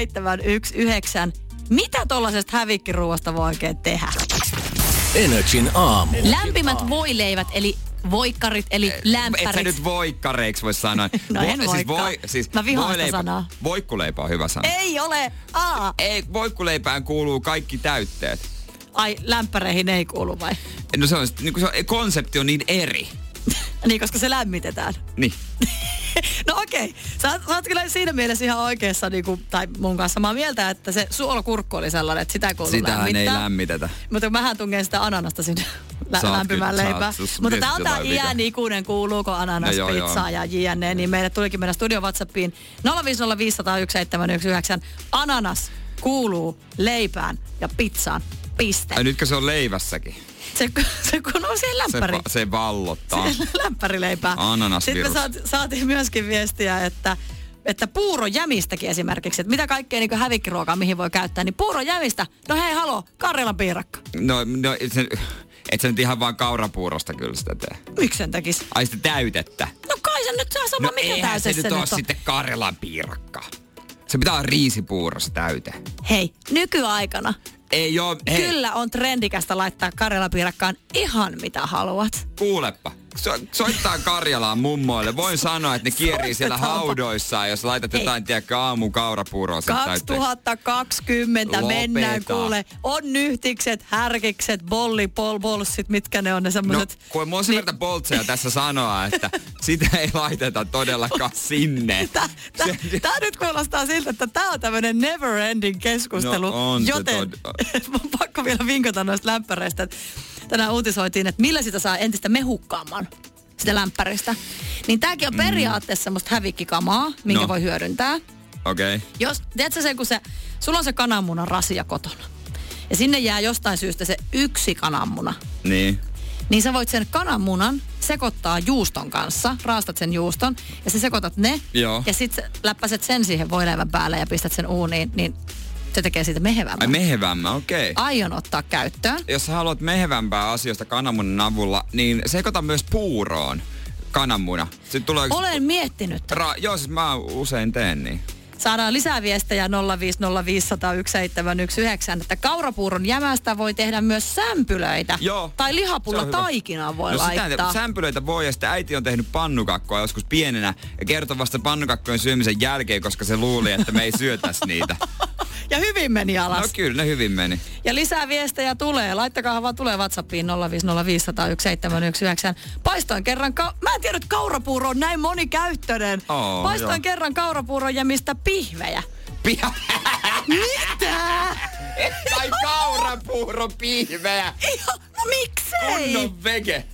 Speaker 3: Mitä tuollaisesta hävikkiruoasta voi oikein tehdä?
Speaker 1: Energin aamu.
Speaker 3: Lämpimät voileivät, eli voikkarit, eli
Speaker 2: Et sä
Speaker 3: lämpärit.
Speaker 2: nyt voikkareiksi voi sanoa.
Speaker 3: No en
Speaker 2: siis
Speaker 3: voikaan.
Speaker 2: voi, siis
Speaker 3: Mä vihaan sitä
Speaker 2: voileipä-
Speaker 3: sanaa.
Speaker 2: Voikkuleipä on hyvä sana.
Speaker 3: Ei ole. Aa.
Speaker 2: Ei, voikkuleipään kuuluu kaikki täytteet.
Speaker 3: Ai, lämpäreihin ei kuulu vai?
Speaker 2: No se on, niin kuin se on- konsepti on niin eri.
Speaker 3: Niin, koska se lämmitetään.
Speaker 2: Niin.
Speaker 3: No okei. Sä, oot- sä oot kyllä siinä mielessä ihan oikeassa, niin kuin, tai mun kanssa samaa mieltä, että se suolakurkku oli sellainen, että sitä ei kuulu
Speaker 2: Sitähän ei
Speaker 3: lämmittää.
Speaker 2: lämmitetä.
Speaker 3: Mutta mähän tungen sitä ananasta sinne lä-
Speaker 2: Sä oot
Speaker 3: lämpimään
Speaker 2: kyllä- sä
Speaker 3: leipään.
Speaker 2: oot sus-
Speaker 3: Mutta
Speaker 2: nyt
Speaker 3: tää on tää
Speaker 2: jotain vika.
Speaker 3: iän ikuinen, kuuluuko ananas
Speaker 2: No joo, joo.
Speaker 3: pizzaa ja jne. Niin meille tulikin meidän studio WhatsAppiin 050501719. Ananas kuuluu leipään ja pizzaan. Piste.
Speaker 2: Ai nytkö se on leivässäkin?
Speaker 3: Se, se kuuluu siihen
Speaker 2: Se,
Speaker 3: lämpäriin.
Speaker 2: va- se vallottaa.
Speaker 3: lämpärileipää.
Speaker 2: Ananasvirus.
Speaker 3: Sitten me saat, saatiin myöskin viestiä, että että puurojämistäkin esimerkiksi, että mitä kaikkea niin hävikkiruokaa mihin voi käyttää, niin puurojämistä, no hei halo, Karjalan piirakka.
Speaker 2: No, no et, sä, et sä nyt ihan vaan kaurapuurosta kyllä sitä tee.
Speaker 3: Miksi sen tekis?
Speaker 2: Ai sitä täytettä.
Speaker 3: No kai se nyt saa sama
Speaker 2: no
Speaker 3: mikä
Speaker 2: eihän se
Speaker 3: täysin
Speaker 2: nyt
Speaker 3: se
Speaker 2: ole
Speaker 3: nyt on.
Speaker 2: sitten Karjalan piirakka. Se pitää olla riisipuuro se täyte.
Speaker 3: Hei, nykyaikana
Speaker 2: Ei oo, hei,
Speaker 3: Hei. kyllä on trendikästä laittaa karjalapiirakkaan ihan mitä haluat.
Speaker 2: kuuleppa. So, soittaa Karjalaan mummoille. Voin sanoa, että ne kierii siellä
Speaker 3: Soitetaanpa.
Speaker 2: haudoissaan, jos laitat
Speaker 3: Hei.
Speaker 2: jotain, tiedäkö, aamu kaurapuuroa sen täytteeksi.
Speaker 3: 2020
Speaker 2: Lopeta.
Speaker 3: mennään kuule. On nyhtikset, härkikset, bolli, pol, bolssit, mitkä ne on ne
Speaker 2: No,
Speaker 3: semmoset.
Speaker 2: kun mua
Speaker 3: niin-
Speaker 2: sen verran Boltseja tässä sanoa, että sitä ei laiteta todellakaan sinne.
Speaker 3: Tää, tää,
Speaker 2: Se-
Speaker 3: tää nyt kuulostaa siltä, että tää on tämmönen never ending keskustelu,
Speaker 2: No on se
Speaker 3: joten mun on pakko vielä vinkata noista lämpäreistä. että Tänään uutisoitiin, että millä sitä saa entistä mehukkaamman sitä lämpäristä. Niin tääkin on periaatteessa semmoista hävikkikamaa, minkä
Speaker 2: Mm. No.
Speaker 3: no. voi hyödyntää.
Speaker 2: Okei. Okay.
Speaker 3: Jos, tiedätkö sen, kun se, sulla on se kananmunan rasia kotona. Ja sinne jää jostain syystä se yksi kananmuna.
Speaker 2: Niin.
Speaker 3: Niin sä voit sen kananmunan sekoittaa juuston kanssa, raastat sen juuston ja sä sekoitat ne.
Speaker 2: Joo.
Speaker 3: Ja sit sä läppäset sen siihen voileivän päälle ja pistät sen uuniin, niin se tekee siitä
Speaker 2: Ai
Speaker 3: mehevämmän.
Speaker 2: mehevämmä, okei. Okay.
Speaker 3: Aion ottaa käyttöön.
Speaker 2: Jos sä haluat mehevämpää asioista kananmunan avulla, niin sekoita myös puuroon kananmuna. Sitten tulee...
Speaker 3: Olen miettinyt.
Speaker 2: Ra- joo, siis mä usein teen niin.
Speaker 3: Saadaan lisää viestejä 050501719, että kaurapuuron jämästä voi tehdä myös sämpylöitä.
Speaker 2: Joo.
Speaker 3: Tai lihapulla
Speaker 2: Se on hyvä.
Speaker 3: taikinaa voi
Speaker 2: no
Speaker 3: laittaa.
Speaker 2: Sitä, sämpylöitä voi ja sitten äiti on tehnyt pannukakkoa joskus pienenä ja kertoi vasta pannukakkojen syömisen jälkeen, koska se luuli, että me ei syötäisi niitä.
Speaker 3: Ja hyvin meni
Speaker 2: No
Speaker 3: alas. Okay.
Speaker 2: kyllä, ne hyvin meni.
Speaker 3: Ja lisää viestejä tulee. Laittakaa vaan tulee WhatsAppiin 050501719. Paistoin kerran, ka- mä en tiedä, että kaurapuuro on näin monikäyttöinen.
Speaker 2: Oo,
Speaker 3: Paistoin
Speaker 2: joo.
Speaker 3: kerran kaurapuuron ja mistä pihvejä.
Speaker 2: Piha. Mitä? tai kaurapuuro piiveä.
Speaker 3: Ihan, no miksei?
Speaker 2: Kunnon No, vege.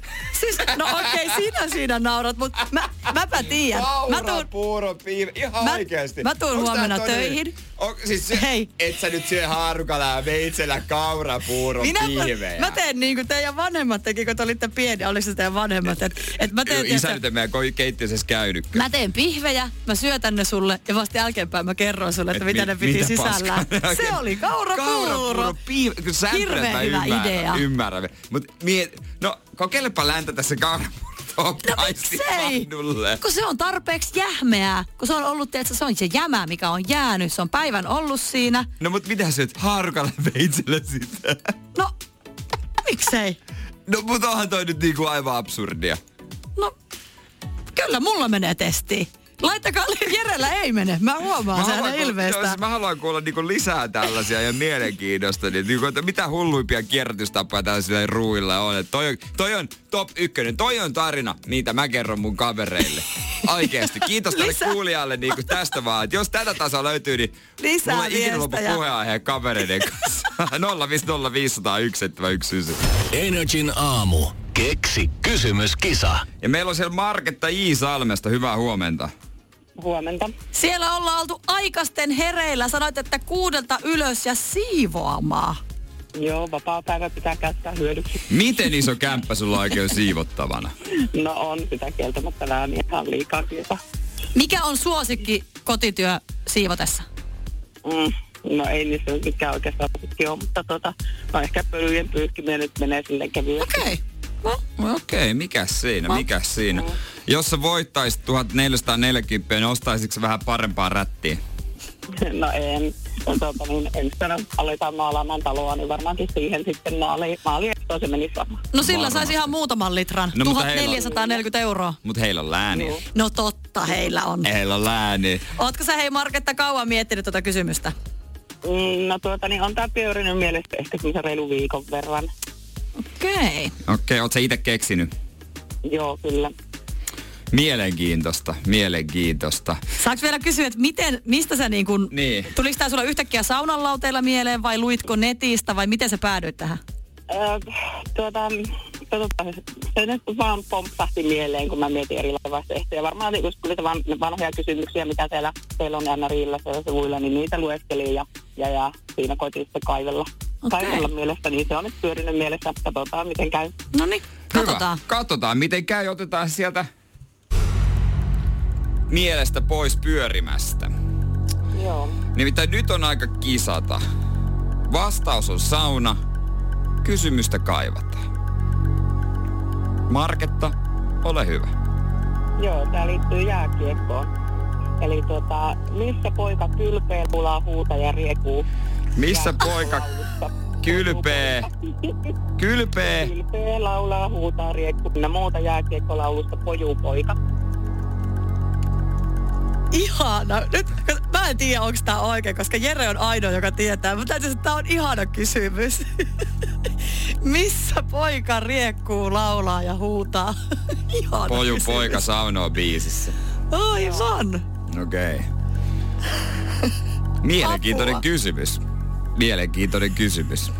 Speaker 3: Siis, no okei, okay, sinä siinä naurat, mutta mä, mäpä tiedän. Mä tuun,
Speaker 2: Kaurapuuro piive. Ihan
Speaker 3: Mä-
Speaker 2: oikeesti.
Speaker 3: mä tuun
Speaker 2: Onks tää
Speaker 3: huomenna
Speaker 2: todellinen?
Speaker 3: töihin.
Speaker 2: On, siis syö, Hei.
Speaker 3: Hei.
Speaker 2: et sä nyt syö haarukalla ja veitsellä kaurapuuro
Speaker 3: minä,
Speaker 2: piiveä.
Speaker 3: mä teen niin kuin teidän vanhemmat teki, kun te olitte pieniä. Oliko se teidän vanhemmat? Et, et mä teen,
Speaker 2: Isä
Speaker 3: tiedätkö-
Speaker 2: nyt ei meidän ko- keittiössä käynyt.
Speaker 3: Mä teen pihvejä, mä syötän ne sulle ja vasta jälkeenpäin mä kerron sulle, että
Speaker 2: Et
Speaker 3: Et
Speaker 2: mi-
Speaker 3: mitä ne piti
Speaker 2: mitä
Speaker 3: sisällään.
Speaker 2: paskaa?
Speaker 3: Se oli kaurapuuro. No
Speaker 2: piive. Kyllä sä
Speaker 3: Hirveän
Speaker 2: tätä
Speaker 3: hyvä
Speaker 2: ymmärrät,
Speaker 3: idea.
Speaker 2: Ymmärrän. Mut miet, no kokeilepa läntä tässä kaurapuuroon
Speaker 3: No
Speaker 2: paisti
Speaker 3: miksei?
Speaker 2: pannulle.
Speaker 3: Kun se on tarpeeksi jähmeää, kun se on ollut, tiedätkö, se on se jämä, mikä on jäänyt, se on päivän ollut siinä.
Speaker 2: No mut mitä syöt haarukalla ja veitsellä sitä?
Speaker 3: No, miksei?
Speaker 2: No mut onhan toi nyt niinku aivan absurdia.
Speaker 3: No, kyllä mulla menee testiin. Laittakaa, Jerellä ei mene, mä huomaan sen hänen
Speaker 2: kuulla, joo,
Speaker 3: ilmeestään.
Speaker 2: siis mä haluan kuulla niinku lisää tällaisia ja mielenkiinnosta. Niin, niinku, että mitä hulluimpia kierrätystapoja tällaisilla ruuilla on. Et Toi, on- toi on top ykkönen. Toi on tarina, mitä mä kerron mun kavereille. Oikeesti. Kiitos tälle
Speaker 3: Lisää.
Speaker 2: kuulijalle niinku tästä vaan. Et jos tätä tasoa löytyy, niin
Speaker 3: Lisää
Speaker 2: mulla ei ikinä lopu
Speaker 3: viestejä.
Speaker 2: puheenaiheen kavereiden kanssa. 050501719.
Speaker 1: Energin aamu. Keksi kysymyskisa.
Speaker 2: Ja meillä on siellä Marketta Iisalmesta. Hyvää huomenta.
Speaker 6: Huomenta.
Speaker 3: Siellä ollaan oltu aikasten hereillä. Sanoit, että kuudelta ylös ja siivoamaan.
Speaker 6: Joo, vapaa päivä pitää käyttää hyödyksi.
Speaker 2: Miten iso kämppä sulla oikein on siivottavana?
Speaker 6: No on sitä kieltämättä vähän ihan liikaa kieltä.
Speaker 3: Mikä on suosikki kotityö siivotessa?
Speaker 6: Mm. No ei niissä nyt mikään oikeastaan suosikki ole, mutta tota, no ehkä pölyjen pyyhkiminen nyt menee silleen kevyesti.
Speaker 3: Okei. Okay. No,
Speaker 2: No Okei, mikäs siinä, mikäs siinä. Jos sä voittaisit 1440, niin ostaisitko sä vähän parempaa rättiä?
Speaker 6: No en. No, Tota, niin ensi vuonna aletaan maalaamaan taloa, niin varmaankin siihen sitten maali, maali se meni sama.
Speaker 3: no sillä
Speaker 2: Varmasti.
Speaker 3: saisi ihan muutaman litran.
Speaker 2: No,
Speaker 3: No,
Speaker 2: mutta heillä on-
Speaker 3: 1440 euroa.
Speaker 2: Mut heillä on lääni.
Speaker 6: Joo.
Speaker 3: No totta, heillä on.
Speaker 2: Heillä on lääni.
Speaker 3: Ootko sä hei Marketta kauan miettinyt tätä kysymystä?
Speaker 6: Mm, no tuota, niin on tämä pyörinyt mielestä ehkä semmoisen reilu viikon verran.
Speaker 3: Okei. Okay.
Speaker 2: Okei, oot sä itse keksinyt?
Speaker 6: Joo, kyllä.
Speaker 2: Mielenkiintoista, mielenkiintoista.
Speaker 3: Saanko vielä kysyä, että miten, mistä sä niin kun,
Speaker 2: Niin.
Speaker 3: tuliko tää sulla yhtäkkiä saunanlauteilla mieleen vai luitko netistä vai miten sä päädyit tähän?
Speaker 6: Öö, tuota, tuota, se nyt vaan pompsahti mieleen, kun mä mietin erilaisia vaihtoehtoja. Varmaan niin, kun tuli se van, vanhoja kysymyksiä, mitä siellä teillä on aina riillassa ja sivuilla, niin niitä lueskelin ja, ja, ja siinä koitin sitten kaivella.
Speaker 3: Okei.
Speaker 6: Okay. Kaivella mielessä, niin se on nyt pyörinyt mielessä. Katsotaan, miten käy.
Speaker 3: No niin, katsotaan.
Speaker 2: Hyvä. Katsotaan, miten käy. Otetaan sieltä mielestä pois pyörimästä.
Speaker 6: Joo.
Speaker 2: Nimittäin nyt on aika kisata. Vastaus on sauna. Kysymystä kaivataan. Marketta, ole hyvä.
Speaker 6: Joo, tämä liittyy jääkiekkoon. Eli tota, missä poika kylpee, pulaa huuta ja riekuu?
Speaker 2: Missä
Speaker 6: Jääkiekon
Speaker 2: poika
Speaker 6: laulussa.
Speaker 2: kylpee? Kylpee.
Speaker 6: Kylpee, laulaa, huutaa, riekkuu ja muuta jääkiekkolaulusta pojupoika.
Speaker 3: Ihana. Nyt mä en tiedä, onko tämä oikein, koska Jere on ainoa, joka tietää. Mutta täytyy sanoa, että tämä on ihana kysymys. Missä poika riekkuu, laulaa ja huutaa? ihana
Speaker 2: Poju
Speaker 3: kysymys.
Speaker 2: poika saunoa biisissä.
Speaker 3: Aivan.
Speaker 2: Okei. Okay. Mielenkiintoinen
Speaker 3: Apua.
Speaker 2: kysymys. Mielenkiintoinen kysymys.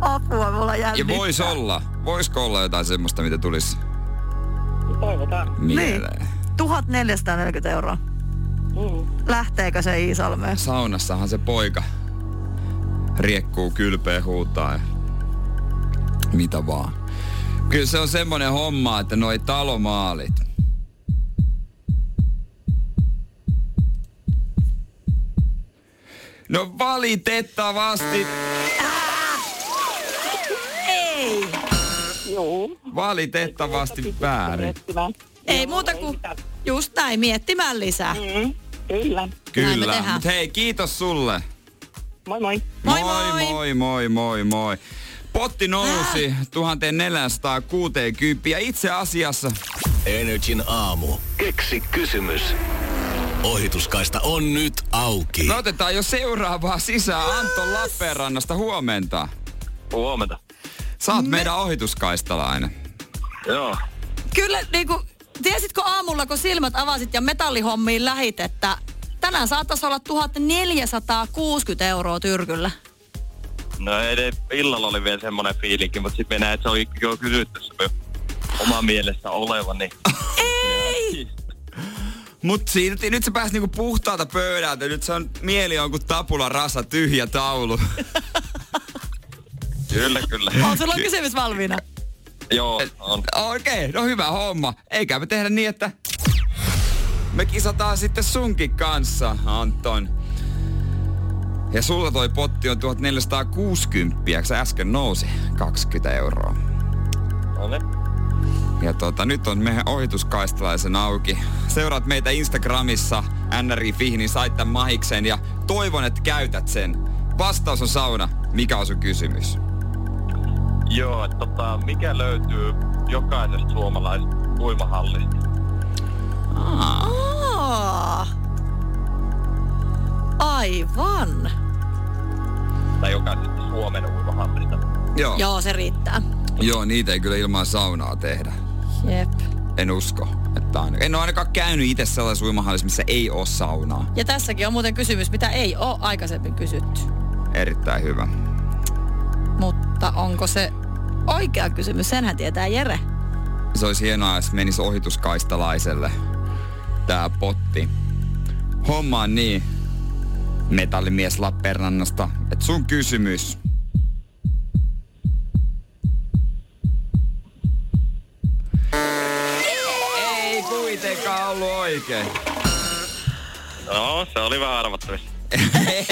Speaker 3: Apua, mulla
Speaker 2: Ja
Speaker 3: jännittää.
Speaker 2: vois olla, voisiko olla jotain semmoista, mitä tulisi
Speaker 6: Toivotaan.
Speaker 2: mieleen.
Speaker 3: Niin. 1440 euroa.
Speaker 6: Mm.
Speaker 3: Lähteekö se Iisalmeen?
Speaker 2: Saunassahan se poika riekkuu kylpeä huutaa ja mitä vaan. Kyllä se on semmonen homma, että noi talomaalit. No valitettavasti,
Speaker 3: Ei.
Speaker 6: Joo.
Speaker 2: valitettavasti väärin.
Speaker 6: Miettimään.
Speaker 3: Ei
Speaker 6: Joo,
Speaker 3: muuta
Speaker 6: ei
Speaker 3: kuin
Speaker 6: mitään.
Speaker 3: just näin miettimään lisää.
Speaker 6: Mm, kyllä.
Speaker 3: Näin me
Speaker 2: Kyllä,
Speaker 3: tehdään.
Speaker 2: mutta hei kiitos sulle.
Speaker 6: Moi moi.
Speaker 3: Moi
Speaker 2: moi
Speaker 3: moi.
Speaker 2: moi moi moi moi. Potti nousi 1460 ja itse asiassa
Speaker 1: Energin aamu. Keksi kysymys. Ohituskaista on nyt auki.
Speaker 2: me No otetaan jo seuraavaa sisään Anton Lappeenrannasta huomenta.
Speaker 4: Huomenta.
Speaker 2: Sä oot meidän ohituskaistalainen.
Speaker 4: Joo.
Speaker 3: Kyllä, niin kuin, tiesitkö aamulla, kun silmät avasit ja metallihommiin lähit, että tänään saattaisi olla 1460 euroa tyrkyllä.
Speaker 4: No edes illalla oli vielä semmoinen fiilinki, mutta sitten näin, että se oli jo kysytty se oma mielessä oleva, niin... Ei!
Speaker 2: Mut silti nyt se pääsi niinku puhtaalta pöydältä. Nyt se on mieli on kuin tapula rasa, tyhjä taulu.
Speaker 4: Kyllä, kyllä.
Speaker 3: On sulla on kysymys valmiina.
Speaker 4: Joo, on.
Speaker 2: Okei, okay, no hyvä homma. Eikä me tehdä niin, että me kisataan sitten sunkin kanssa, Anton. Ja sulla toi potti on 1460, kun se äsken nousi 20 euroa.
Speaker 4: No niin.
Speaker 2: Ja tota, nyt on meidän ohituskaistalaisen auki. Seuraat meitä Instagramissa, nri.fi, niin sait tän mahiksen ja toivon, että käytät sen. Vastaus on sauna. Mikä on sun kysymys?
Speaker 4: Joo, että tota, mikä löytyy jokaisesta suomalaisesta uimahallista?
Speaker 3: Aa. Aivan.
Speaker 4: Tai jokaisesta Suomen uimahallista?
Speaker 2: Joo. Joo,
Speaker 3: Joo, se riittää.
Speaker 2: Joo niitä ei kyllä ilman saunaa tehdä.
Speaker 3: Jep.
Speaker 2: En usko. Että aina. En ole ainakaan käynyt itse sellaisessa uimahallissa, missä ei ole saunaa.
Speaker 3: Ja tässäkin on muuten kysymys, mitä ei ole aikaisemmin kysytty.
Speaker 2: Erittäin hyvä.
Speaker 3: Mutta onko se oikea kysymys? Senhän tietää Jere.
Speaker 2: Se olisi hienoa, jos menisi ohituskaistalaiselle tää potti. Homma on niin, metallimies Lappeenrannasta, että sun kysymys. Ei kuitenkaan ollut oikein.
Speaker 4: No, se oli vähän arvattavissa.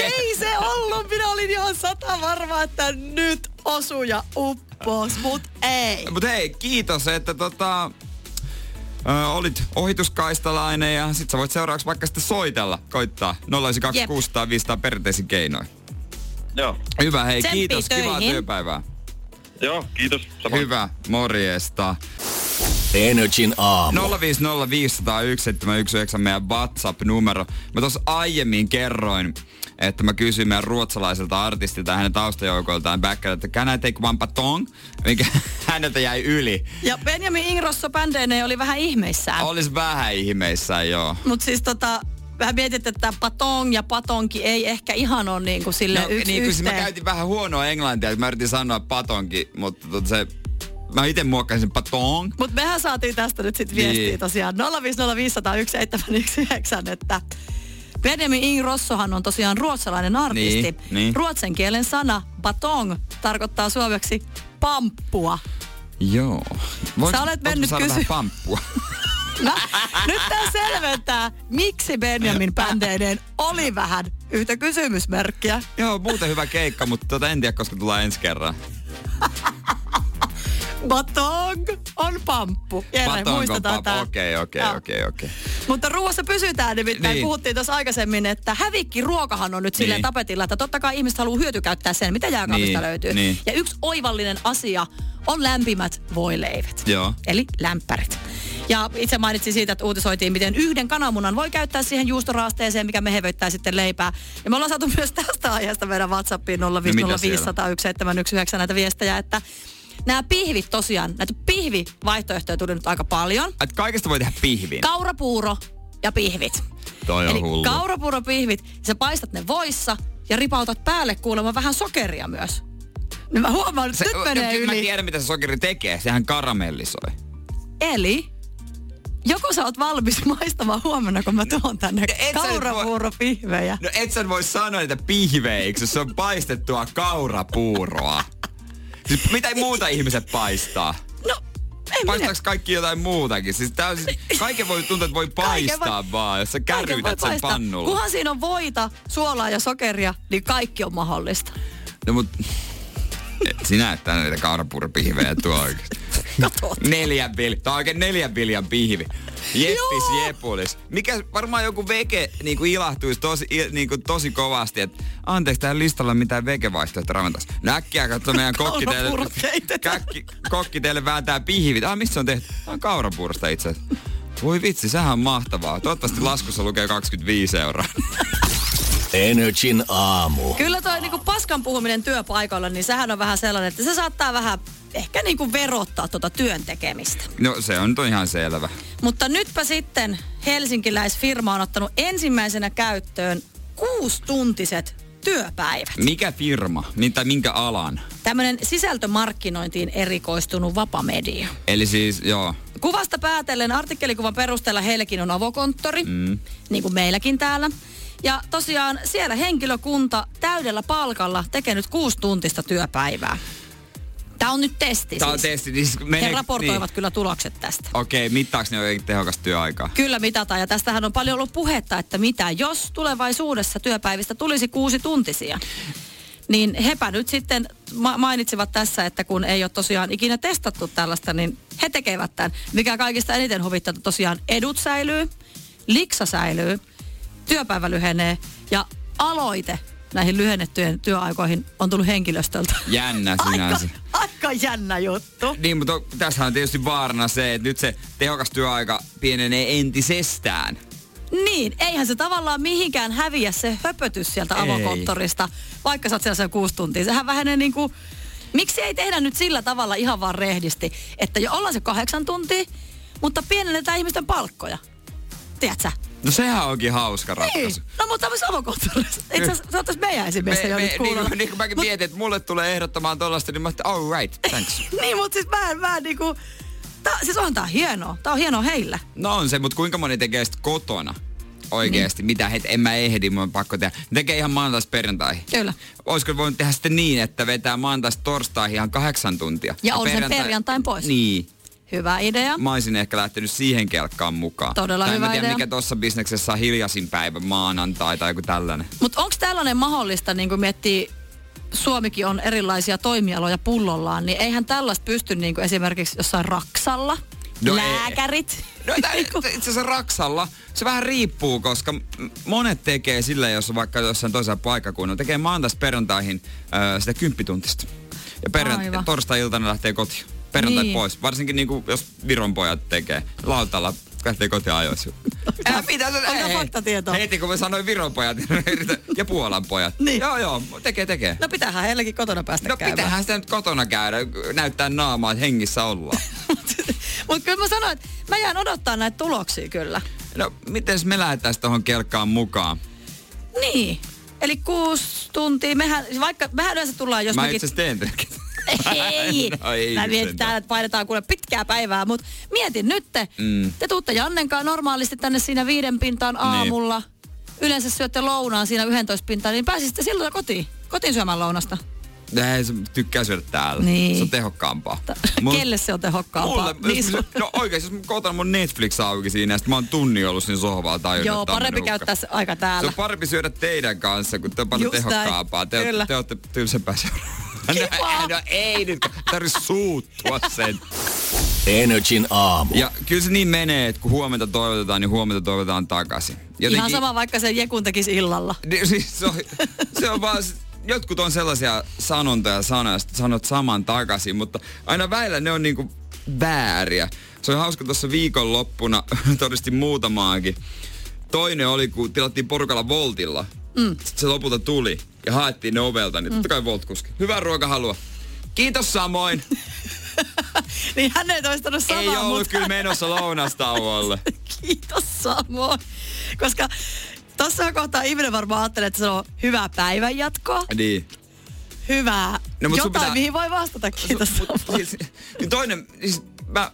Speaker 3: Ei se ollut. Minä olin ihan sata varma, että nyt osu ja uppos, mut ei.
Speaker 2: Mut hei, kiitos, että tota, ö, olit ohituskaistalainen ja sit sä voit seuraavaksi vaikka sitten soitella, koittaa. 092
Speaker 3: Jep.
Speaker 2: 600 500 perinteisin keinoin.
Speaker 4: Joo.
Speaker 2: Hyvä, hei,
Speaker 3: Tsemppiä
Speaker 2: kiitos, kivaa
Speaker 3: töihin.
Speaker 2: työpäivää.
Speaker 4: Joo, kiitos. Samoin.
Speaker 2: Hyvä, morjesta.
Speaker 1: Energin
Speaker 2: No.
Speaker 1: aamu.
Speaker 2: 050501719 meidän WhatsApp-numero. Mä tuossa aiemmin kerroin, että mä kysyin meidän ruotsalaiselta artistilta ja hänen taustajoukoiltaan backerillä, että can I take one patong? Mikä häneltä jäi yli.
Speaker 3: Ja Benjamin Ingrosso bändeineen oli vähän ihmeissään.
Speaker 2: Olis vähän ihmeissään, joo.
Speaker 3: Mut siis tota, vähän mietit, että patong ja patonki ei ehkä ihan ole niin kuin sille no, yksi
Speaker 2: niin, kun siis mä
Speaker 3: yhteen.
Speaker 2: käytin vähän huonoa englantia, että mä yritin sanoa patonki, mutta tot se, mä itse muokkasin sen patong.
Speaker 3: Mut mehän saatiin tästä nyt sitten viestiä
Speaker 2: Niin.
Speaker 3: tosiaan 050501719, että Benjamin Ingrossohan on tosiaan ruotsalainen artisti.
Speaker 2: Niin, niin.
Speaker 3: Ruotsin kielen sana batong tarkoittaa suomeksi pamppua.
Speaker 2: Joo. Voinko-
Speaker 3: Sä olet
Speaker 2: voinko
Speaker 3: mennyt
Speaker 2: saada
Speaker 3: kysy-
Speaker 2: vähän pamppua?
Speaker 3: No, nyt tämä selventää, miksi Benjamin Pändeineen oli vähän yhtä kysymysmerkkiä.
Speaker 2: Joo, muuten hyvä keikka, mutta tota en tiedä, koska tulee ensi kerran.
Speaker 3: Batong on pamppu. Jere,
Speaker 2: Patonko
Speaker 3: muistetaan
Speaker 2: papu?
Speaker 3: tämä.
Speaker 2: Okei, okei,
Speaker 3: tota- Joo.
Speaker 2: okei, okei.
Speaker 3: Mutta ruoassa pysytään nimittäin.
Speaker 2: Niin.
Speaker 3: Niin. Puhuttiin tuossa aikaisemmin, että hävikki ruokahan on nyt sillä
Speaker 2: Niin.
Speaker 3: tapetilla, että totta kai ihmiset haluaa hyötykäyttää sen, mitä jääkaapista
Speaker 2: Niin,
Speaker 3: löytyy.
Speaker 2: niin.
Speaker 3: Ja yksi oivallinen asia on lämpimät voileivät.
Speaker 2: Joo.
Speaker 3: Eli lämpärit. Ja itse mainitsin siitä, että uutisoitiin, miten yhden kananmunan voi käyttää siihen juustoraasteeseen, mikä mehevöittää sitten leipää. Ja me ollaan saatu myös tästä aiheesta meidän WhatsAppiin 0505
Speaker 2: No siellä?
Speaker 3: 101 näitä viestejä, että nämä pihvit tosiaan, näitä pihvivaihtoehtoja tuli nyt aika paljon.
Speaker 2: Et kaikesta voi tehdä pihvin.
Speaker 3: Kaurapuuro ja pihvit.
Speaker 2: Toi on
Speaker 3: Eli
Speaker 2: hullu.
Speaker 3: kaurapuuropihvit, sä paistat ne voissa ja ripautat päälle kuulemma vähän sokeria myös. No mä huomaan, että nyt menee
Speaker 2: Mä
Speaker 3: yli.
Speaker 2: tiedän, mitä se sokeri tekee. Sehän karamellisoi.
Speaker 3: Eli joko sä oot valmis maistamaan huomenna, kun mä tuon tänne
Speaker 2: Ja et sä nyt voi-
Speaker 3: kaurapuuropihvejä.
Speaker 2: No et sä voi sanoa niitä pihveiksi, jos se on paistettua kaurapuuroa. Siis mitä muuta ihmiset paistaa?
Speaker 3: No, ei minä.
Speaker 2: Paistaako kaikki jotain muutakin? Siis tää on siis, kaiken voi tuntua, että voi
Speaker 3: Kaiken voi-
Speaker 2: paistaa vaan, jos sä
Speaker 3: kaiken voi
Speaker 2: kärrytät sen
Speaker 3: paistaa.
Speaker 2: pannulla.
Speaker 3: Kunhan siinä on voita, suolaa ja sokeria, niin kaikki on mahdollista.
Speaker 2: No mut... Et sinä et tänne niitä kaurapuuropihvejä tuo oikeesti.
Speaker 3: Katot.
Speaker 2: Neljän viljan. Tää on oikein neljän viljan pihvi. Jeppis
Speaker 3: Joo.
Speaker 2: jepulis. Mikä varmaan joku veke niin kuin ilahtuisi tosi, il- niin kuin tosi kovasti, että anteeksi tähän listalla mitään vegevaihtoehtoja ravintoisi. No äkkiä katso meidän kokki teille,
Speaker 3: Kaurapuurot keitetään.
Speaker 2: käkki, kokki teille vääntää pihvit. Ah, missä se on tehty? Tää on kaurapuurosta itse asiassa. Voi vitsi, sehän on mahtavaa. Toivottavasti laskussa lukee 25 euroa.
Speaker 1: Energin aamu.
Speaker 3: Kyllä toi niinku paskan puhuminen työpaikalla, niin sehän on vähän sellainen, että se saattaa vähän ehkä niinku verottaa tuota työn tekemistä.
Speaker 2: No se on nyt ihan selvä.
Speaker 3: Mutta nytpä sitten helsinkiläisfirma on ottanut ensimmäisenä käyttöön kuustuntiset työpäivät.
Speaker 2: Mikä firma? Niin, tai minkä alan?
Speaker 3: Tämmöinen sisältömarkkinointiin erikoistunut vapamedia.
Speaker 2: Eli siis, joo.
Speaker 3: Kuvasta päätellen, artikkelikuvan perusteella heilläkin on avokonttori, mm. niin kuin meilläkin täällä. Ja tosiaan siellä henkilökunta täydellä palkalla tekee nyt kuusi tuntista työpäivää. Tämä on nyt testi
Speaker 2: Tää on
Speaker 3: siis.
Speaker 2: testi, niin siis
Speaker 3: He
Speaker 2: menee-
Speaker 3: raportoivat
Speaker 2: niin.
Speaker 3: kyllä tulokset tästä.
Speaker 2: Okei, mittaaks ne oikein tehokas työaikaa?
Speaker 3: Kyllä mitataan ja tästähän on paljon ollut puhetta, että mitä jos tulevaisuudessa työpäivistä tulisi kuusi tuntisia. Niin hepä nyt sitten ma- mainitsivat tässä, että kun ei ole tosiaan ikinä testattu tällaista, niin he tekevät tämän. Mikä kaikista eniten huvittaa, että tosiaan edut säilyy, liksa säilyy, työpäivä lyhenee ja aloite näihin lyhennettyjen työaikoihin on tullut henkilöstöltä.
Speaker 2: Jännä
Speaker 3: Aika,
Speaker 2: sinänsä.
Speaker 3: aika jännä juttu.
Speaker 2: Niin, mutta tässähän on tietysti vaarana se, että nyt se tehokas työaika pienenee entisestään.
Speaker 3: Niin, eihän se tavallaan mihinkään häviä se höpötys sieltä
Speaker 2: Ei.
Speaker 3: avokonttorista, vaikka sä oot siellä sen kuusi tuntia. Sehän vähenee niin kuin, miksi ei tehdä nyt sillä tavalla ihan vaan rehdisti, että jo ollaan se kahdeksan tuntia, mutta pienennetään ihmisten palkkoja. Tiedätkö?
Speaker 2: No sehän onkin hauska
Speaker 3: Niin.
Speaker 2: ratkaisu.
Speaker 3: No mutta tämmöisessä avokonttorissa. Itse asiassa saattaisi meidän esimerkiksi jo nyt
Speaker 2: niin,
Speaker 3: kuulla.
Speaker 2: kuin, niin kuin mäkin
Speaker 3: Mut-
Speaker 2: mietin, että mulle tulee ehdottamaan tollaista, niin mä ajattelin, all right, thanks.
Speaker 3: niin, mutta siis mä en, mä en niinku... Tää, siis on tää hienoa. Tää on hienoa heillä.
Speaker 2: No on se, mutta kuinka moni tekee sitten kotona? Oikeesti, niin. mitä het, en mä ehdi, mun on pakko tehdä. Ne Tekee ihan maanantais perjantai.
Speaker 3: Kyllä.
Speaker 2: Olisiko voinut tehdä sitten niin, että vetää maanantais torstaihin ihan kahdeksan tuntia?
Speaker 3: Ja on sen perjantain pois.
Speaker 2: Niin.
Speaker 3: Hyvä idea.
Speaker 2: mä olisin ehkä lähtenyt siihen kelkkaan mukaan.
Speaker 3: Todella
Speaker 2: tai
Speaker 3: hyvä
Speaker 2: mä tiedä,
Speaker 3: idea.
Speaker 2: mikä tuossa bisneksessä on hiljaisin päivä, maanantai tai joku tällainen.
Speaker 3: Mutta onko tällainen mahdollista, niin kun miettii, Suomikin on erilaisia toimialoja pullollaan, niin eihän tällaista pysty niin kuin esimerkiksi jossain Raksalla,
Speaker 2: No
Speaker 3: no
Speaker 2: ei.
Speaker 3: lääkärit. niin
Speaker 2: No tää- itse asiassa Raksalla se vähän riippuu, koska m- monet tekee sillä, jos on vaikka jossain toisella paikkakunnalla, tekee maanantaista perjantaihin ö, sitä kymppituntista. Ja perjant-
Speaker 3: Aivan.
Speaker 2: torstai-iltana lähtee kotiin. Perjantai
Speaker 3: Niin.
Speaker 2: pois. Varsinkin niinku, jos Viron pojat tekee lautalla lähtee kotiin ajoissa. Älä pitää sen.
Speaker 3: Onko
Speaker 2: ei.
Speaker 3: faktatietoa?
Speaker 2: Heti kun mä sanoin Viron pojat niin ja Puolan pojat.
Speaker 3: Niin.
Speaker 2: Joo, joo, tekee, tekee.
Speaker 3: no pitähän heilläkin kotona päästä
Speaker 2: No
Speaker 3: käymään.
Speaker 2: pitähän sitä nyt kotona käydä, näyttää naamaa, että hengissä ollaan.
Speaker 3: Mutta kyllä mä sanoin, että mä jään odottaa näitä tuloksia kyllä.
Speaker 2: No, miten me lähdetään tuohon kelkkaan mukaan?
Speaker 3: Niin. Eli kuusi tuntia, mehän, vaikka mehän yleensä tullaan, jos
Speaker 2: Jos mä
Speaker 3: mekin...
Speaker 2: itse asiassa teen tätä.
Speaker 3: Ei,
Speaker 2: No ei
Speaker 3: mä mietin
Speaker 2: sentään.
Speaker 3: täällä, että painetaan kuule pitkää päivää, mutta mietin nyt, te, mm. te tuutte Jannenkaan normaalisti tänne siinä viiden pintaan aamulla. niin Yleensä syötte lounaan siinä 11 pintaan, niin pääsisitte silloin kotiin, kotiin syömään lounasta.
Speaker 2: ei, se tykkää syödä täällä.
Speaker 3: Niin.
Speaker 2: Se on tehokkaampaa.
Speaker 3: Mun... Kelle se on tehokkaampaa?
Speaker 2: Mulle, niin
Speaker 3: sun-
Speaker 2: no oikein, jos mä kootan mun Netflix auki siinä, ja sit mä oon tunni ollut siinä sohvalla tai
Speaker 3: Joo, parempi käyttää se aika
Speaker 2: Se
Speaker 3: täällä.
Speaker 2: on parempi syödä teidän kanssa, kun te on paljon
Speaker 3: Just näin.
Speaker 2: tehokkaampaa. Te,
Speaker 3: Kyllä.
Speaker 2: Kyllä. te olette tylsempää seuraa.
Speaker 3: Kiva.
Speaker 2: No, ei nyt, tarvitse suuttua sen.
Speaker 1: Energin aamu.
Speaker 2: Ja kyllä se niin menee, että kun huomenta toivotetaan, niin huomenta toivotetaan takaisin. Jotenkin,
Speaker 3: Ihan sama, vaikka sen jekun tekisi illalla.
Speaker 2: Niin, siis se, on, se on vaan, jotkut on sellaisia sanontoja sanoja, että sanot saman takaisin, mutta aina väillä ne on niinku vääriä. Se on hauska tuossa viikonloppuna, todisti muutamaakin. Toinen oli, kun tilattiin porukalla Voltilla. Mm. Sitten se lopulta tuli ja haettiin ne ovelta, niin totta kai Volt-kuski. Hyvää ruokahalua. Kiitos samoin.
Speaker 3: Niin hän ei toistanut samaa,
Speaker 2: Ei ollut
Speaker 3: mutta
Speaker 2: kyllä menossa lounastauolle.
Speaker 3: kiitos samoin. Koska tuossa kohtaa ihminen varmaan ajattelee, että se on hyvää päivän jatkoa,
Speaker 2: niin.
Speaker 3: hyvää
Speaker 2: No, mut sun
Speaker 3: jotain,
Speaker 2: pitää-
Speaker 3: mihin voi vastata. Kiitos
Speaker 2: Mut
Speaker 3: samoin.
Speaker 2: siis, niin toinen, siis mä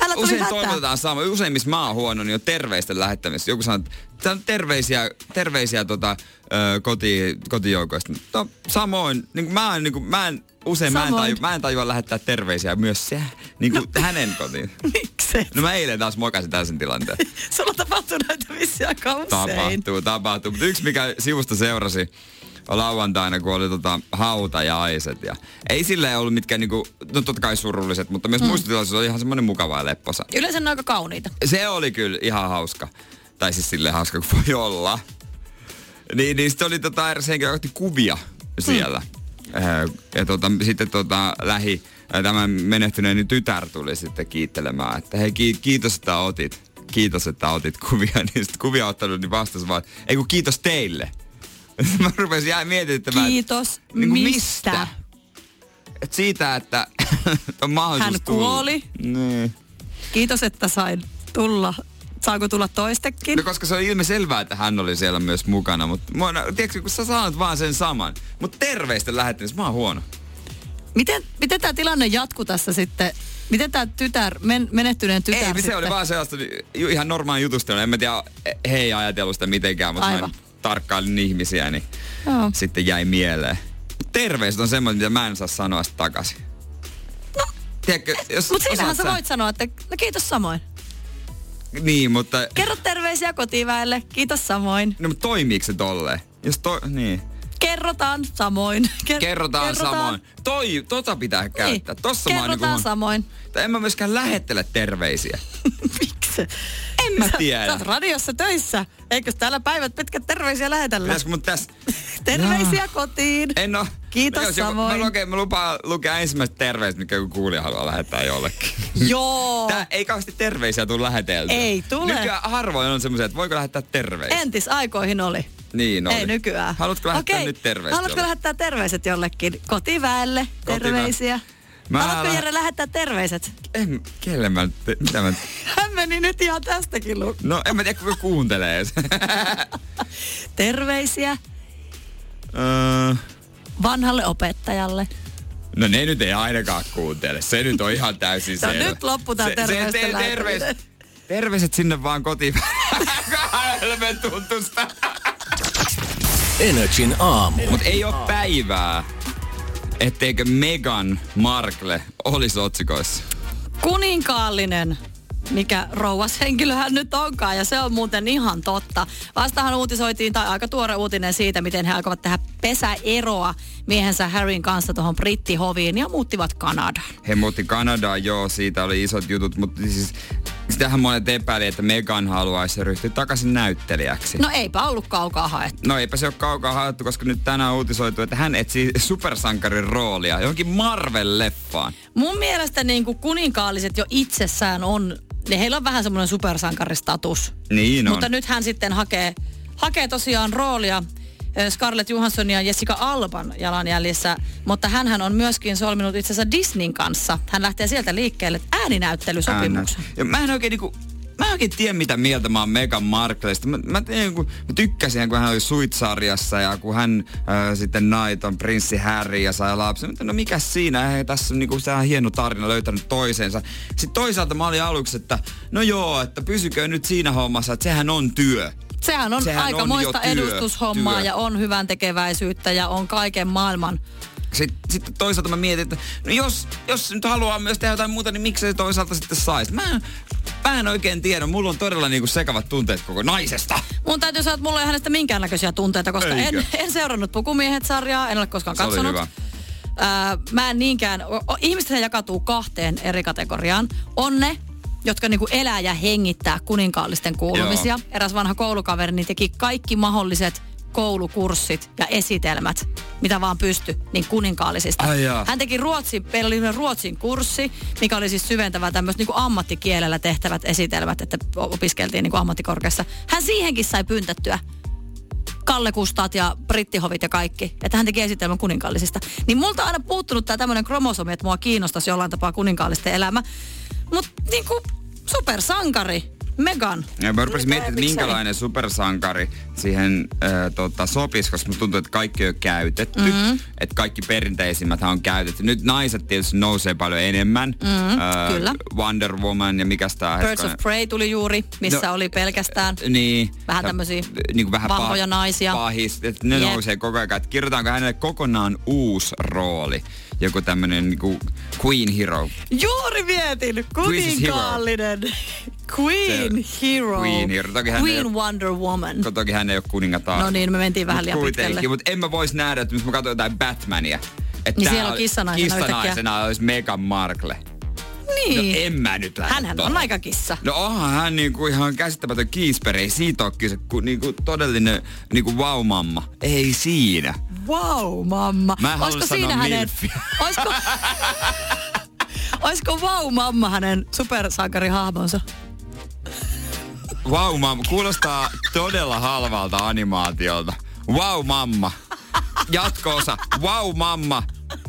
Speaker 3: Älä tuli
Speaker 2: usein
Speaker 3: hätää.
Speaker 2: toivotetaan sama. Usein missä mä oon huono, niin on terveisten lähettämisessä. Joku sanoo, että tää on terveisiä, terveisiä tota, ö, koti, kotijoukoista. No samoin, niin kuin mä, en, niin kuin, mä en, usein mä en,
Speaker 3: Samoin.
Speaker 2: taju, mä en tajua lähettää terveisiä myös se, niin kuin no. hänen kotiin.
Speaker 3: Miksei?
Speaker 2: No mä eilen taas mokasin täysin tilanteen.
Speaker 3: Sulla tapahtuu näitä vissiä aika usein.
Speaker 2: Tapahtuu, tapahtuu. Mutta yksi, mikä sivusta seurasi lauantaina, kun oli tota, hautajaiset. Ja ei sillä ollut mitkään, niinku, no totta kai surulliset, mutta myös mm. muistotilaisuus oli ihan semmoinen mukava ja lepposa.
Speaker 3: Yleensä ne on aika kauniita.
Speaker 2: Se oli kyllä ihan hauska. Tai siis silleen hauska kuin voi olla. Niin, niin sitten oli tota eräs henkilö, joka otti kuvia
Speaker 3: Hmm.
Speaker 2: siellä. Mm. Ja tota, sitten tota, lähi, tämän menehtyneeni tytär tuli sitten kiittelemään, että hei ki- kiitos, että otit. Kiitos, että otit kuvia. Niin sitten kuvia ottanut, niin vastasi vaan, että, ei kun kiitos teille. Mä rupesin jää mietittämään. että-
Speaker 3: Kiitos.
Speaker 2: Niinku
Speaker 3: mistä?
Speaker 2: mistä? Et siitä, että on mahdollisuus
Speaker 3: Hän
Speaker 2: tulla.
Speaker 3: kuoli.
Speaker 2: Niin.
Speaker 3: Kiitos, että sain tulla. Saanko tulla toistekin?
Speaker 2: No koska se on ilme selvää, että hän oli siellä myös mukana, mutta mua, no, tiedätkö, kun sä sanot vaan sen saman. Mutta terveistä lähettämistä, mä oon huono.
Speaker 3: Miten, miten tämä tilanne jatkuu tässä sitten? Miten tämä tytär, men, menehtyneen tytär
Speaker 2: Ei, se
Speaker 3: sitten?
Speaker 2: oli vaan sellaista niin, ju- ihan normaali jutustelua. En mä tiedä, he ei ajatellut sitä mitenkään, mutta mä
Speaker 3: Aivan. Oh.
Speaker 2: tarkkailin ihmisiä, niin
Speaker 3: Joo.
Speaker 2: sitten jäi mieleen. Mut terveiset on semmoinen, mitä mä en saa sanoa sitä takaisin. No. Tiedätkö, jos
Speaker 3: Mutta siinähän
Speaker 2: osaat
Speaker 3: siis sä voit sanoa, että no kiitos samoin.
Speaker 2: Niin, mutta...
Speaker 3: Kerro terveisiä kotiväelle, kiitos samoin.
Speaker 2: No, mutta toimiiko se tolleen? Jos to... Niin.
Speaker 3: Kerrotaan samoin. Ker-
Speaker 2: Kerrotaan, samoin. Toi, tota pitää käyttää.
Speaker 3: Niin.
Speaker 2: Tossa mä oon
Speaker 3: Kerrotaan
Speaker 2: niinku-
Speaker 3: samoin.
Speaker 2: Tai en mä myöskään lähettele terveisiä.
Speaker 3: Miksi? En
Speaker 2: mä tiedä.
Speaker 3: Sä oot radiossa töissä. Eikös täällä päivät pitkät terveisiä lähetellä?
Speaker 2: Pitäisikö mun tässä...
Speaker 3: Terveisiä kotiin.
Speaker 2: En oo.
Speaker 3: Kiitos
Speaker 2: Jos joku-
Speaker 3: samoin.
Speaker 2: Mä, luken, mä lupaan lukea ensimmäiset terveiset, mikä joku kuulija haluaa lähettää jollekin.
Speaker 3: Joo.
Speaker 2: Tää ei kauheasti terveisiä tule läheteltyä.
Speaker 3: Ei tule.
Speaker 2: Nykyään harvoin on semmoisia, että voiko lähettää terveisiä.
Speaker 3: Entis aikoihin oli.
Speaker 2: Niin oli.
Speaker 3: Ei nykyään.
Speaker 2: Haluatko lähettää
Speaker 3: Okei.
Speaker 2: nyt terveisiä?
Speaker 3: Haluatko
Speaker 2: jolle?
Speaker 3: lähettää terveiset jollekin? Kotiväelle terveisiä.
Speaker 2: Mä
Speaker 3: Haluatko
Speaker 2: lähe-
Speaker 3: Jere lähettää terveiset?
Speaker 2: En, kelle mä nyt, te- mitä mä nyt-
Speaker 3: Hän meni nyt ihan tästäkin lu.
Speaker 2: No en mä tiedä, kuka kuuntelee edes.
Speaker 3: Terveisiä
Speaker 2: Öö,
Speaker 3: vanhalle opettajalle.
Speaker 2: No ne nyt ei ainakaan kuuntele. Se nyt on ihan täysin
Speaker 3: No
Speaker 2: selvä.
Speaker 3: nyt loppu tää
Speaker 2: Se- se-
Speaker 3: terveisten
Speaker 2: te-
Speaker 3: lähettäminen.
Speaker 2: terveis- Terveiset sinne vaan kotiin. Helvetuntusta.
Speaker 1: Energin aamu.
Speaker 2: Mut ei oo päivää, etteikö Megan Markle olisi otsikoissa.
Speaker 3: Kuninkaallinen mikä rouvas henkilöhän nyt onkaan, ja se on muuten ihan totta. Vastahan uutisoitiin, tai aika tuore uutinen siitä, miten he alkavat tehdä pesäeroa miehensä Harryn kanssa tuohon brittihoviin ja muuttivat Kanadaan.
Speaker 2: He muutti Kanadaan, joo, siitä oli isot jutut, mutta siis sitähän monet epäili, että Megan haluaisi ryhtyä takaisin näyttelijäksi.
Speaker 3: No eipä ollut kaukaa haettu.
Speaker 2: No eipä se ole kaukaa haettu, koska nyt tänään on uutisoitu, että hän etsii supersankarin roolia johonkin Marvel-leffaan.
Speaker 3: Mun mielestä niin kuin kuninkaalliset jo itsessään on, niin heillä on vähän semmoinen supersankaristatus.
Speaker 2: Niin on.
Speaker 3: Mutta nyt hän sitten hakee, hakee tosiaan roolia ö, Scarlett Johanssonin ja Jessica Alban jalanjäljissä, mutta hän on myöskin solminut itse asiassa Disneyn kanssa. Hän lähtee sieltä liikkeelle ääninäyttelysopimuksen.
Speaker 2: Ja mä en oikein niinku, mä en oikein tiedä mitä mieltä mä oon Megan Marklesta. Mä, mä, tiedän, kun, mä tykkäsin, kun hän oli Suitsarjassa ja kun hän äh, sitten naiton prinssi Harry ja sai lapsen. Mutta no mikä siinä, ei tässä on niinku, sehän hieno tarina löytänyt toisensa. Sitten toisaalta mä olin aluksi, että no joo, että pysykö nyt siinä hommassa, että sehän on työ.
Speaker 3: Sehän on
Speaker 2: Sehän
Speaker 3: aika
Speaker 2: on
Speaker 3: moista
Speaker 2: jo työ,
Speaker 3: edustushommaa
Speaker 2: työ.
Speaker 3: ja on hyvän tekeväisyyttä ja on kaiken maailman
Speaker 2: sitten sit toisaalta mä mietin, että no jos, jos nyt haluaa myös tehdä jotain muuta, niin miksei toisaalta sitten saisi. Mä, en- mä en oikein tiedä. Mulla on todella niinku sekavat tunteet koko naisesta.
Speaker 3: Mun täytyy sanoa, että mulla ei hänestä minkäännäköisiä tunteita, koska
Speaker 2: Eikö?
Speaker 3: en, en, seurannut Pukumiehet-sarjaa, en ole koskaan
Speaker 2: Se oli
Speaker 3: katsonut.
Speaker 2: hyvä.
Speaker 3: Ää, mä en niinkään, o- o- ihmiset jakautuu kahteen eri kategoriaan. On ne, jotka niinku elää ja hengittää kuninkaallisten kuulumisia.
Speaker 2: Joo.
Speaker 3: Eräs vanha koulukaverini teki kaikki mahdolliset koulukurssit ja esitelmät, mitä vaan pysty, niin kuninkaallisista.
Speaker 2: Ai jaa.
Speaker 3: Hän teki Ruotsin, meillä oli semmoinen Ruotsin kurssi, mikä oli siis syventävä tämmöistä niin ammattikielellä tehtävät esitelmät, että o- opiskeltiin niin ammattikorkeassa. Hän siihenkin sai pyntättyä kallekustat ja brittihovit ja kaikki. Että hän teki esitelmän kuninkaallisista. Niin multa on aina puuttunut tämä tämmöinen kromosomi, että mua kiinnostaisi jollain tapaa kuninkaallisten elämä. Mutta niinku supersankari, Megan.
Speaker 2: Ja mä rupesin
Speaker 3: Mitä-
Speaker 2: miettimään, että
Speaker 3: miksei?
Speaker 2: minkälainen supersankari siihen äh, tota, sopisi, koska musta tuntuu, että kaikki on jo käytetty. Mm-hmm. Että kaikki perinteisimmät on käytetty. Nyt naiset tietysti nousee paljon enemmän. Mm-hmm,
Speaker 3: kyllä.
Speaker 2: Wonder Woman ja mikäs tää
Speaker 3: Birds of
Speaker 2: hetkonen-
Speaker 3: Prey tuli juuri, missä
Speaker 2: No,
Speaker 3: oli pelkästään.
Speaker 2: Niin.
Speaker 3: Vähän
Speaker 2: Ja,
Speaker 3: tämmösiä
Speaker 2: niin kuin vähän
Speaker 3: vahvoja naisia.
Speaker 2: Pahis, että ne
Speaker 3: Jep.
Speaker 2: nousee koko ajan. Että kirjoitaanko hänelle kokonaan uusi rooli? Joku tämmönen niinku queen hero.
Speaker 3: Juuri mietin,
Speaker 2: Princess Hero.
Speaker 3: kuninkaallinen. Queen
Speaker 2: Se-
Speaker 3: hero.
Speaker 2: Queen hero. Toki hän ei
Speaker 3: Queen
Speaker 2: ole-
Speaker 3: Wonder Woman.
Speaker 2: Kun Toki hän ei ole kuningatar.
Speaker 3: No niin, me mentiin vähän liian pitkälle.
Speaker 2: Mutta en mä vois nähdä, että jos mä katson jotain Batmania. Että
Speaker 3: Niin
Speaker 2: tää
Speaker 3: siellä on kissanaisena
Speaker 2: Kissanaisena olisi Megan Markle.
Speaker 3: Niin.
Speaker 2: No en mä nyt lähde
Speaker 3: Hänhän on
Speaker 2: tohon.
Speaker 3: aika kissa.
Speaker 2: No onhan hän niinku ihan käsittämätön kiisperi, ei siitä ole kyse, kun niinku todellinen niinku wow-mamma. Ei siinä.
Speaker 3: Wow, mamma.
Speaker 2: Mä en halua
Speaker 3: Olisiko
Speaker 2: sanoa
Speaker 3: siinä hänen...
Speaker 2: milfiä.
Speaker 3: Olisiko... Olisiko wow, mamma hänen supersankarihahmonsa?
Speaker 2: Wow, mamma. Kuulostaa todella halvalta animaatiolta. Wow, mamma. Jatko-osa. Wow, mamma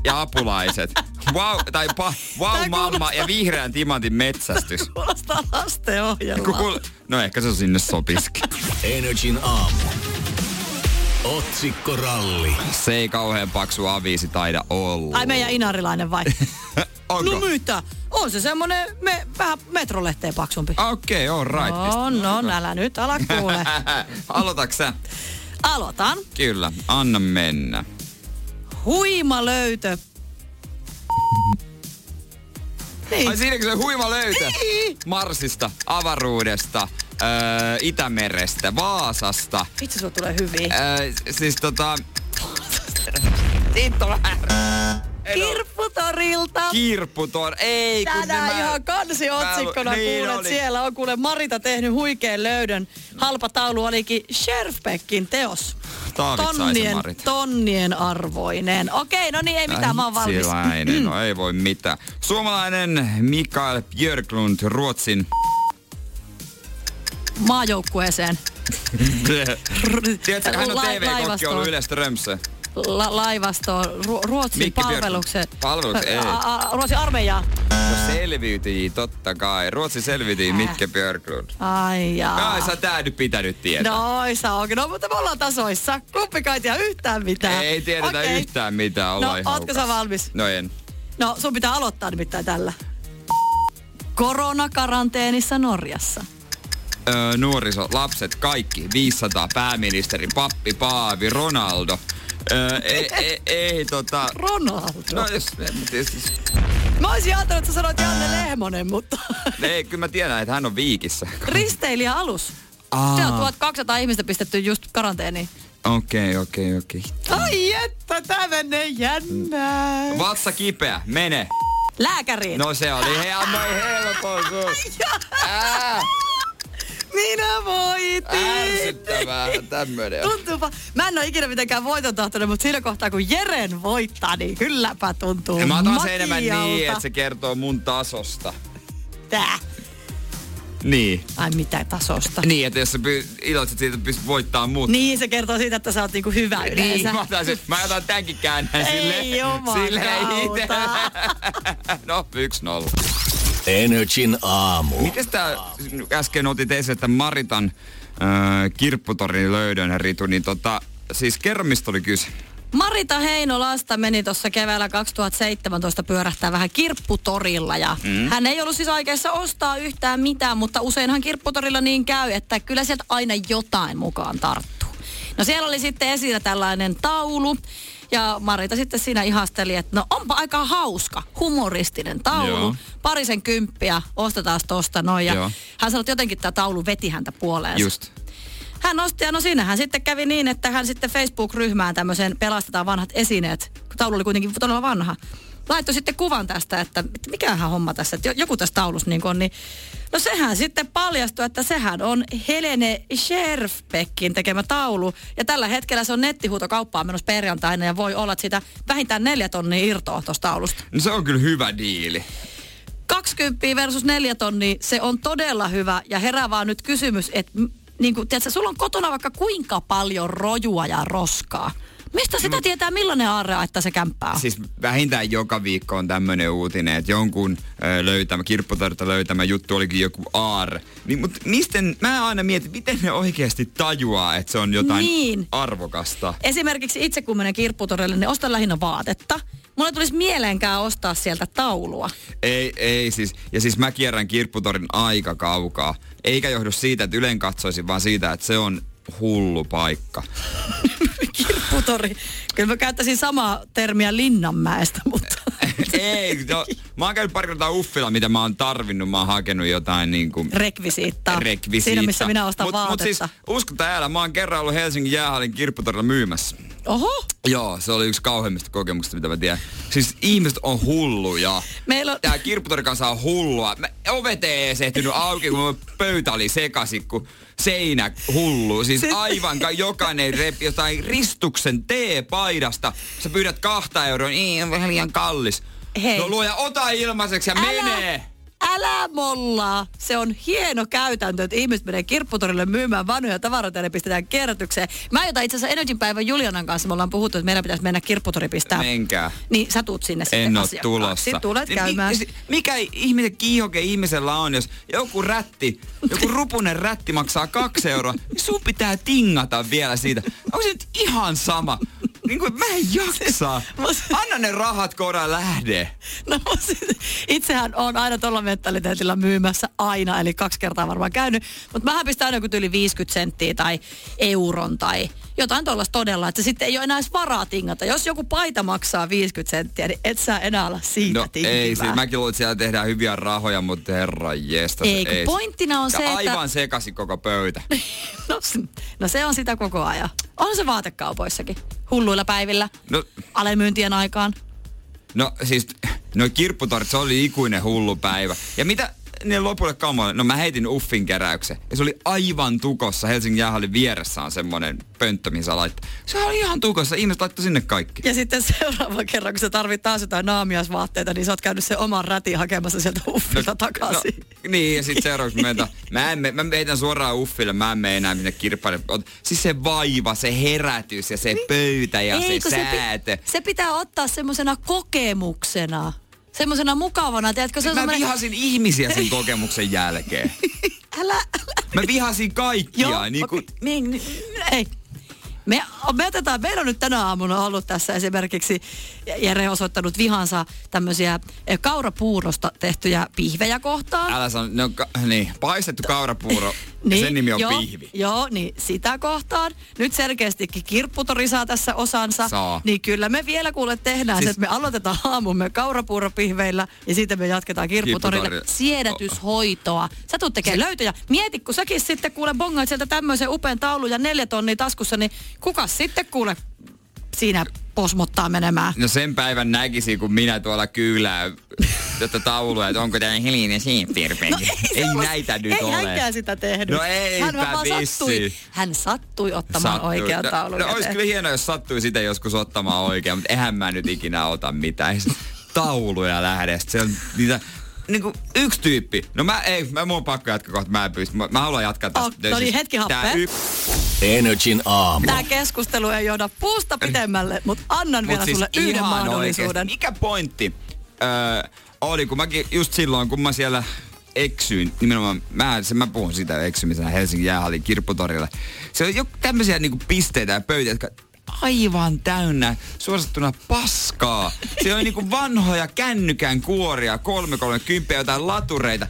Speaker 2: ja apulaiset. Wow, tai pa, wow,
Speaker 3: Tää
Speaker 2: mamma
Speaker 3: kuulostaa-
Speaker 2: ja vihreän timantin metsästys.
Speaker 3: Kuulostaa
Speaker 2: Ku-
Speaker 3: lastenohjelmaa.
Speaker 2: kuul- No ehkä se sinne sopiskin.
Speaker 1: Energin aamu. Otsikkoralli.
Speaker 2: Se ei kauhean paksu aviisi taida olla.
Speaker 3: Ai meidän inarilainen vai?
Speaker 2: Onko?
Speaker 3: No mitä? On se semmonen me, vähän metrolehteen paksumpi.
Speaker 2: Okei, okay, all right.
Speaker 3: On,
Speaker 2: no,
Speaker 3: on, älä nyt ala kuule.
Speaker 2: Aloitatko sä?
Speaker 3: Aloitan.
Speaker 2: Kyllä, anna mennä.
Speaker 3: Huima löytö.
Speaker 2: Ai
Speaker 3: Niin.
Speaker 2: siinäkö se huima löytö?
Speaker 3: Niin.
Speaker 2: Marsista, avaruudesta, öö, Itämerestä, Vaasasta.
Speaker 3: Vitsi, sulla tulee hyviä.
Speaker 2: Öö, siis tota... Siitä on no.
Speaker 3: Kirpputorilta.
Speaker 2: Kirpputor, ei kun
Speaker 3: Tänään
Speaker 2: mä-
Speaker 3: ihan kansiotsikkona
Speaker 2: mä- niin
Speaker 3: kuulet,
Speaker 2: oli.
Speaker 3: siellä on kuule Marita tehnyt huikean löydön. Halpa taulu olikin Scherfbeckin teos.
Speaker 2: Taavit sai sen,
Speaker 3: Tonnien,
Speaker 2: Marita.
Speaker 3: tonnien arvoinen. Okei, no niin, ei mitään, mä oon valmis. Mm.
Speaker 2: Hitsiläinen, no ei voi mitään. Suomalainen Mikael Björklund, Ruotsin...
Speaker 3: Maajoukkueeseen.
Speaker 2: Tiedätkö, hän on
Speaker 3: La-
Speaker 2: TV-kokki
Speaker 3: laivastoon.
Speaker 2: ollut Ylestä Römsö.
Speaker 3: La- laivastoon, Ru- Ruotsin
Speaker 2: Mikki Björk.
Speaker 3: palveluksen.
Speaker 2: Palveluksen, ei.
Speaker 3: A- a- Ruotsin armeijaa.
Speaker 2: No selviytyjiä, totta kai. Ruotsi
Speaker 3: Äh.
Speaker 2: selviytyi, Mitke Björklund.
Speaker 3: Ai jaa.
Speaker 2: Ai, sä tää nyt pitänyt tietää.
Speaker 3: Noissa onkin. No, mutta me ollaan tasoissa. Kumpikaan ei tiedä yhtään mitään.
Speaker 2: Ei tiedetä
Speaker 3: Okei.
Speaker 2: yhtään mitään,
Speaker 3: No,
Speaker 2: ollaan ihan
Speaker 3: ootko sä
Speaker 2: hukassa.
Speaker 3: valmis?
Speaker 2: No en.
Speaker 3: No, sun pitää aloittaa nimittäin tällä. Koronakaranteenissa Norjassa.
Speaker 2: Öö, nuoriso, lapset, kaikki, 500, pääministeri, pappi, paavi, Ronaldo. Öö, ei, ei, ei, tota...
Speaker 3: Ronaldo.
Speaker 2: No jos, en mä tiedä, siis-
Speaker 3: Mä olisin ajatellut, että sä sanoit Janne Lehmonen, mutta
Speaker 2: ei, kyllä mä tiedän, että hän on viikissä.
Speaker 3: risteilijä alus.
Speaker 2: Aa.
Speaker 3: Se on 1200 ihmistä pistetty just karanteeniin.
Speaker 2: Okei, okei, okei.
Speaker 3: Ai että, tää menee jännää.
Speaker 2: Vatsa kipeä, mene.
Speaker 3: Lääkäriin.
Speaker 2: No se oli, hei, annoin helpon sun. Ää,
Speaker 3: Minä voitin.
Speaker 2: ärsyttävää, tämmönen on.
Speaker 3: Tuntuupa. Mä en ole ikinä mitenkään voitontahtoinen, mutta siinä kohtaa kun Jeren voittaa, niin kylläpä tuntuu
Speaker 2: Mä otan sen enemmän
Speaker 3: makialta.
Speaker 2: niin, että se kertoo mun tasosta.
Speaker 3: Tää.
Speaker 2: Niin.
Speaker 3: Ai mitä tasosta.
Speaker 2: Niin, että jos sä py- iloitset siitä, että pystyt voittaa muut.
Speaker 3: Niin, se kertoo siitä, että sä oot niinku hyvä yleensä.
Speaker 2: Niin, mä otan, sen, mä otan tämänkin käännän sille.
Speaker 3: Ei jumalauta.
Speaker 2: sille itselle. No, yksi nolla.
Speaker 1: Energin aamu.
Speaker 2: Mites tää äsken otit esille tämän Maritan äh, kirpputorin löydön, Ritu, niin tota, siis kerro mistä oli kyse.
Speaker 3: Marita Heinolasta meni tuossa keväällä 2017 pyörähtää vähän kirpputorilla ja mm. hän ei ollut siis aikeissa ostaa yhtään mitään, mutta useinhan kirpputorilla niin käy, että kyllä sieltä aina jotain mukaan tarttuu. No siellä oli sitten esillä tällainen taulu, Ja Marita sitten siinä ihasteli, että no onpa aika hauska, humoristinen taulu.
Speaker 2: Joo.
Speaker 3: Parisen kymppiä, ostetaan tosta noin. Ja
Speaker 2: Joo.
Speaker 3: hän sanoi, että jotenkin tämä taulu veti häntä puoleensa.
Speaker 2: Just.
Speaker 3: Hän osti ja no siinähän sitten kävi niin, että hän sitten Facebook-ryhmään tämmöisen Pelastetaan vanhat esineet, kun taulu oli kuitenkin todella vanha. Laittoi sitten kuvan tästä, että mit- mikähän homma tässä, että jo- joku tässä taulussa niin on. Niin. No sehän sitten paljastui, että sehän on Helene Scherfbeckin tekemä taulu. Ja tällä hetkellä se on nettihuutokauppaan menossa perjantaina ja voi olla, että siitä vähintään neljä tonnia irtoa tuosta taulusta.
Speaker 2: No se on kyllä hyvä diili.
Speaker 3: 20 versus 4 tonnia, se on todella hyvä. Ja herää vaan nyt kysymys, että niin kuin, tiedätkö, sulla on kotona vaikka kuinka paljon rojua ja roskaa. Mistä sitä tietää, millainen aarre että se kämppää on?
Speaker 2: Mm. Siis vähintään joka viikko on tämmöinen uutinen, että jonkun ö, löytämä, kirpputarta löytämä juttu olikin joku AR. Niin, mutta mistä, mä aina mietin, miten ne oikeasti tajuaa, että se on jotain
Speaker 3: Niin.
Speaker 2: arvokasta.
Speaker 3: Esimerkiksi itse kun menen kirpputorille, niin ostan lähinnä vaatetta. Mulla tulisi mieleenkään ostaa sieltä taulua.
Speaker 2: Ei, ei siis. Ja siis mä kierrän kirpputorin aika kaukaa. Eikä johdu siitä, että Ylen katsoisin, vaan siitä, että se on hullu paikka.
Speaker 3: Kirpputori. Kyllä mä käyttäisin samaa termiä Linnanmäestä, mutta...
Speaker 2: ei, no, mä oon käynyt pari kertaa uffilla, mitä mä oon tarvinnut. Mä oon hakenut jotain niinku...
Speaker 3: Rekvisiittaa.
Speaker 2: rekvisiittaa.
Speaker 3: Siinä, missä minä ostan
Speaker 2: mut, Mut
Speaker 3: vaatetta.
Speaker 2: siis, usko tai älä, mä oon kerran ollut Helsingin jäähallin kirpputorilla myymässä.
Speaker 3: Oho!
Speaker 2: Joo, se oli yksi kauheimmista kokemuksista, mitä mä tiedän. Siis ihmiset on hulluja.
Speaker 3: Meillä on-
Speaker 2: Tää kirpputori kanssa on hullua. Mä, ovet ei ees ehtinyt auki, kun mun pöytä oli sekaisin, kun seinä hullu. Siis
Speaker 3: Se-
Speaker 2: aivan ka- jokainen repi jotain ristuksen teepaidasta. Sä pyydät kahta euroa, niin on vähän liian kallis.
Speaker 3: Hei.
Speaker 2: No luoja, ota ilmaiseksi ja
Speaker 3: Älä-
Speaker 2: mene!
Speaker 3: Älä mollaa! Se on hieno käytäntö, että ihmiset menee kirpputorille myymään vanhoja tavaroita ja ne pistetään kierrätykseen. Mä jotain itse asiassa Energin päivän Julianan kanssa, me ollaan puhuttu, että meidän pitäisi mennä kirpputori pistää.
Speaker 2: Menkää.
Speaker 3: Niin sä tuut sinne sitten
Speaker 2: En oo
Speaker 3: asiakkaaksi.
Speaker 2: tulossa.
Speaker 3: Sitten tulet
Speaker 2: Niin
Speaker 3: käymään.
Speaker 2: Mi, mikä ihmisen kiihoke ihmisellä on, jos joku rätti, joku rupunen rätti maksaa kaksi euroa, niin sun pitää tingata vielä siitä. Onko se nyt ihan sama? Niin kuin, mä en jaksa. Anna ne rahat koodaan lähde.
Speaker 3: No, mut siis itsehän on aina tuolla mentaliteetillä myymässä aina, eli kaksi kertaa varmaan käynyt. Mutta mähän pistän aina joku yli 50 senttiä tai euron tai jotain tuollaista todella, että sitten ei ole enää edes varaa tingata. Jos joku paita maksaa 50 senttiä, niin et sä enää olla siitä
Speaker 2: No ei, siis, mäkin luulen, että siellä tehdään hyviä rahoja, mutta herra jesta.
Speaker 3: Ei, kun pointtina on se, että-
Speaker 2: Aivan sekaisin koko pöydä.
Speaker 3: no, s- no se on sitä koko ajan. On se vaatekaupoissakin, hulluilla päivillä,
Speaker 2: No,
Speaker 3: alemyyntien aikaan.
Speaker 2: No siis, no kirpputorit, se oli ikuinen hullu päivä. Ja mitä ne lopulle kamoille? No mä heitin uffin keräyksen. Ja se oli aivan tukossa. Helsingin jäähallin vieressä on semmonen pönttö, mihin saa laittaa. Se oli ihan tukossa. Ihmiset laittoi sinne kaikki.
Speaker 3: Ja sitten seuraava kerran, kun sä tarvit taas jotain naamiasvaatteita, niin sä oot käynyt sen oman rätin hakemassa sieltä uffilta takaisin.
Speaker 2: No, niin, ja sitten seuraavaksi mä, mä, en, me- mä heitän suoraan uffille, mä en mene enää minne kirppaille. Ot- Siis se vaiva, se herätys ja se pöytä ja
Speaker 3: Ei,
Speaker 2: se
Speaker 3: kun
Speaker 2: säätö.
Speaker 3: Niin. Se, pi- se pitää ottaa semmoisena kokemuksena. Semmoisena mukavana, tiedätkö? Se on
Speaker 2: Mä
Speaker 3: semmoinen,
Speaker 2: vihasin ihmisiä sen kokemuksen jälkeen.
Speaker 3: älä, älä.
Speaker 2: Mä vihasin kaikkia.
Speaker 3: Joo,
Speaker 2: niin kuin,
Speaker 3: okei. Niin, niin, ei. Me, me otetaan, meillä on nyt tänä aamuna ollut tässä esimerkiksi Jere osoittanut vihansa tämmöisiä eh, kaurapuurosta tehtyjä pihvejä kohtaan.
Speaker 2: Älä sano, ne on ka- niin, paistettu kaurapuuro, niin, sen nimi on
Speaker 3: joo,
Speaker 2: pihvi.
Speaker 3: Joo, niin sitä kohtaan. Nyt selkeästikin kirpputori saa tässä osansa.
Speaker 2: Saa.
Speaker 3: Niin kyllä me vielä kuule tehdään siis... se,
Speaker 2: Siis-
Speaker 3: että me aloitetaan aamumme kaurapuuropihveillä ja siitä me jatketaan kirpputorilla.
Speaker 2: Kirpputorilla.
Speaker 3: Siedätyshoitoa. Sä tuut tekemään löytöjä. Mieti, kun säkin sitten kuule bongaat sieltä tämmöisen upean taulun ja neljä tonnia taskussa, niin kukas sitten kuule siinä posmottaa menemään?
Speaker 2: No sen päivän näkisi, kun minä tuolla kyylää tätä taulua, että onko tämä Helinen
Speaker 3: No
Speaker 2: Siipirpeni. No, ei
Speaker 3: semmoista-
Speaker 2: näitä nyt
Speaker 3: ei
Speaker 2: ole.
Speaker 3: hänkään sitä tehnyt.
Speaker 2: No eipä
Speaker 3: hän vaan sattui,
Speaker 2: vissiin.
Speaker 3: hän sattui ottamaan
Speaker 2: Sattui.
Speaker 3: oikean
Speaker 2: No-
Speaker 3: taulun.
Speaker 2: No, olisi
Speaker 3: käteen.
Speaker 2: kyllä hienoa, jos sattui sitä joskus ottamaan oikein, mutta eihän mä nyt ikinä ota mitään. Ei se Tauluja lähde. Sit Se on niitä, niinku yksi tyyppi. No mä ei, mä mun on pakko jatkaa kohta, mä en pysty. Mä, mä haluan jatkaa tästä. Siis
Speaker 3: Oh, no niin, hetki
Speaker 2: tää
Speaker 3: happea.
Speaker 2: yksi
Speaker 1: Energin aamu.
Speaker 3: Tämä keskustelu ei johda puusta pitemmälle, mutta annan
Speaker 2: Mut siis
Speaker 3: vielä sulle yhden
Speaker 2: ihan
Speaker 3: mahdollisuuden.
Speaker 2: oikeesti, Mikä pointti öö, oli, kun mäkin just silloin, kun mä siellä eksyin, nimenomaan mä, se, mä puhun sitä eksymisenä Helsingin jäähallin kirpputorilla. Se on joku tämmöisiä niinku pisteitä ja pöytiä, jotka aivan täynnä suosittuna paskaa. Se on niinku vanhoja kännykän kuoria, 330 jotain latureita.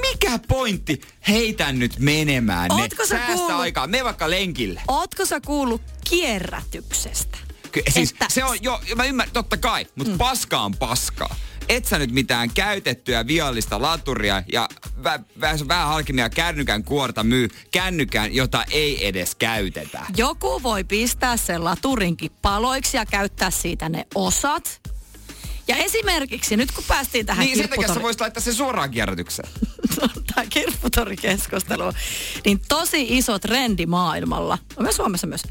Speaker 2: Mikä pointti? Heitä nyt menemään ne.
Speaker 3: Ootko sä
Speaker 2: Säästä
Speaker 3: kuullut?
Speaker 2: aikaa. Me vaikka lenkille.
Speaker 3: Ootko sä kuullut kierrätyksestä?
Speaker 2: Ky- siis,
Speaker 3: Että-
Speaker 2: se on, joo, mä ymmärrän, totta kai, mutta mm. paska on paskaa. Et sä nyt mitään käytettyä viallista laturia ja vä- vä- vähän halkinia kännykän kuorta myy kännykään, jota ei edes käytetä.
Speaker 3: Joku voi pistää sen laturinkin paloiksi ja käyttää siitä ne osat. Ja esimerkiksi nyt kun päästiin tähän
Speaker 2: Niin sen takia sä
Speaker 3: kirpputori-
Speaker 2: voisit laittaa sen suoraan kierrätykseen.
Speaker 3: tämä kirpputorikeskustelu, niin tosi iso trendi maailmalla, on myös Suomessa myös,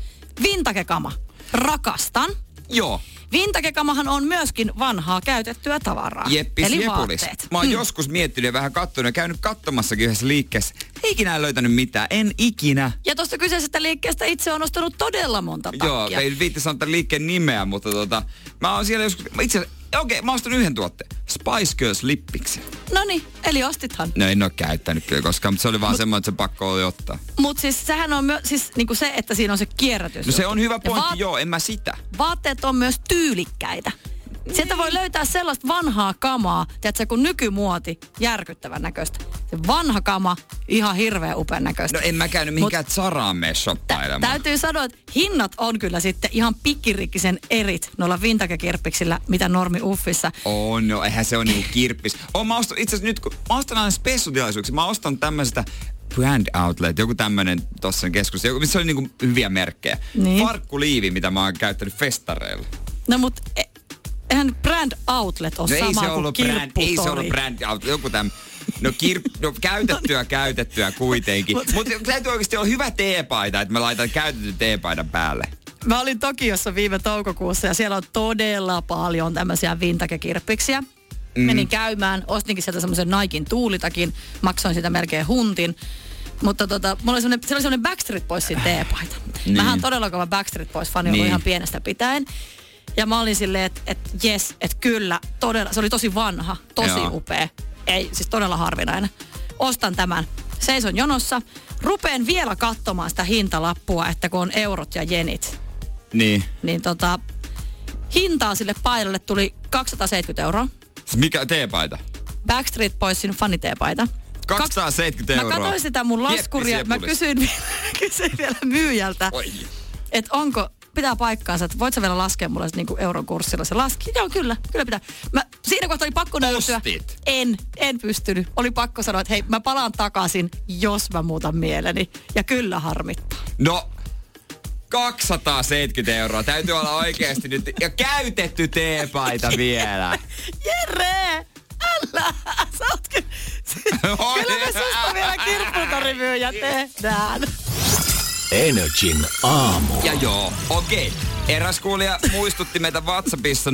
Speaker 3: vintakekama. Rakastan.
Speaker 2: Joo.
Speaker 3: Vintakekamahan on myöskin vanhaa käytettyä tavaraa.
Speaker 2: Jeppis
Speaker 3: Ah, eli
Speaker 2: jepulis.
Speaker 3: vaatteet. Hmm.
Speaker 2: Mä oon mm. joskus miettinyt ja vähän kattonut ja käynyt kattomassakin yhdessä liikkeessä. Ei ikinä en löytänyt mitään. En ikinä.
Speaker 3: Ja tuosta kyseisestä liikkeestä itse on ostanut todella monta
Speaker 2: Joo,
Speaker 3: takkia.
Speaker 2: ei viitti sanoa tämän liikkeen nimeä, mutta tota, mä oon siellä joskus, mä itse asiassa- okei, okay, mä ostan yhden tuotteen. Spice Girls lippiksen.
Speaker 3: No niin, eli ostithan.
Speaker 2: No en oo käyttänyt kyllä koskaan, mutta se oli vaan semmoinen, että se pakko oli ottaa.
Speaker 3: Mutta siis sehän on myös siis, niinku se, että siinä on se kierrätys.
Speaker 2: No se on hyvä
Speaker 3: Ja
Speaker 2: pointti, joo, en mä sitä.
Speaker 3: vaatteet on myös tyylikkäitä. Sieltä voi löytää sellaista vanhaa kamaa, tiedätkö, kun nykymuoti, järkyttävän näköistä. Se vanha kama, ihan hirveän upean näköistä.
Speaker 2: No en mä käynyt mihinkään Zaraan mene shoppailemaan.
Speaker 3: Täytyy sanoa, että hinnat on kyllä sitten ihan pikirikkisen erit noilla vintakekirppiksillä, mitä normi uffissa.
Speaker 2: On, no eihän se ole niinku kirppis. Oon, mä ostan, itse asiassa nyt kun mä ostan aina spessutilaisuuksia, mä ostan tämmöistä brand outlet, joku tämmönen tossa keskus, joku, missä oli niinku hyviä merkkejä.
Speaker 3: Niin.
Speaker 2: Farkkuliivi, mitä mä oon käyttänyt festareilla.
Speaker 3: No mut e- eihän brand outlet ole
Speaker 2: No
Speaker 3: sama
Speaker 2: ei se,
Speaker 3: kuin
Speaker 2: ollut brand, ei se ollut brand outlet, joku täm, No, kir, no käytettyä, käytettyä kuitenkin.
Speaker 3: Mut-
Speaker 2: Mutta Mut täytyy oikeasti olla hyvä teepaita, että mä laitan käytetyn teepaidan päälle.
Speaker 3: Mä olin Tokiossa viime toukokuussa ja siellä on todella paljon tämmöisiä vintakekirppiksiä. Mm. Menin käymään, ostinkin sieltä semmoisen Naikin tuulitakin, maksoin sitä melkein huntin. Mutta tota, mulla oli semmoinen, siellä oli semmoinen Backstreet Boysin teepaita. niin. Mähän on todella kova Backstreet Boys fani niin.
Speaker 2: Niin.
Speaker 3: ihan pienestä pitäen. Ja mä olin silleen, että et, yes, että kyllä, todella, se oli tosi vanha, tosi
Speaker 2: Joo.
Speaker 3: upea. Ei, siis todella harvinainen. Ostan tämän. Seison jonossa. Rupeen vielä katsomaan sitä hintalappua, että kun on eurot ja jenit
Speaker 2: Niin.
Speaker 3: niin tota, hintaa sille paidalle tuli 270 euroa.
Speaker 2: Siis Mikä teepaita?
Speaker 3: Backstreet Boysin faniteepaita.
Speaker 2: 270
Speaker 3: Mä
Speaker 2: euroa.
Speaker 3: katsoin sitä mun
Speaker 2: Jeppis
Speaker 3: laskuria, mä
Speaker 2: Jepulis.
Speaker 3: kysyin, vielä- kysyin vielä myyjältä,
Speaker 2: Oi.
Speaker 3: että onko, pitää paikkaansa, että voit sä vielä laskea mulle niin kuin euron kurssilla se laski. Joo, kyllä, kyllä pitää. Mä, siinä kohtaa oli pakko nöyrtyä.
Speaker 2: Ostit.
Speaker 3: En, en pystynyt. Oli pakko sanoa, että hei, mä palaan takaisin, jos mä muutan mieleni. Ja kyllä harmittaa.
Speaker 2: No, 270 euroa. Täytyy olla oikeasti nyt. Ja käytetty teepaita vielä.
Speaker 3: Jere! Älä! Sä oot ky-
Speaker 2: Oi.
Speaker 3: Kyllä me susta vielä kirpputorimyyjä tehdään.
Speaker 1: Energin aamu.
Speaker 2: Ja joo, okei. Eräs kuulija muistutti meitä WhatsAppissa 050501719,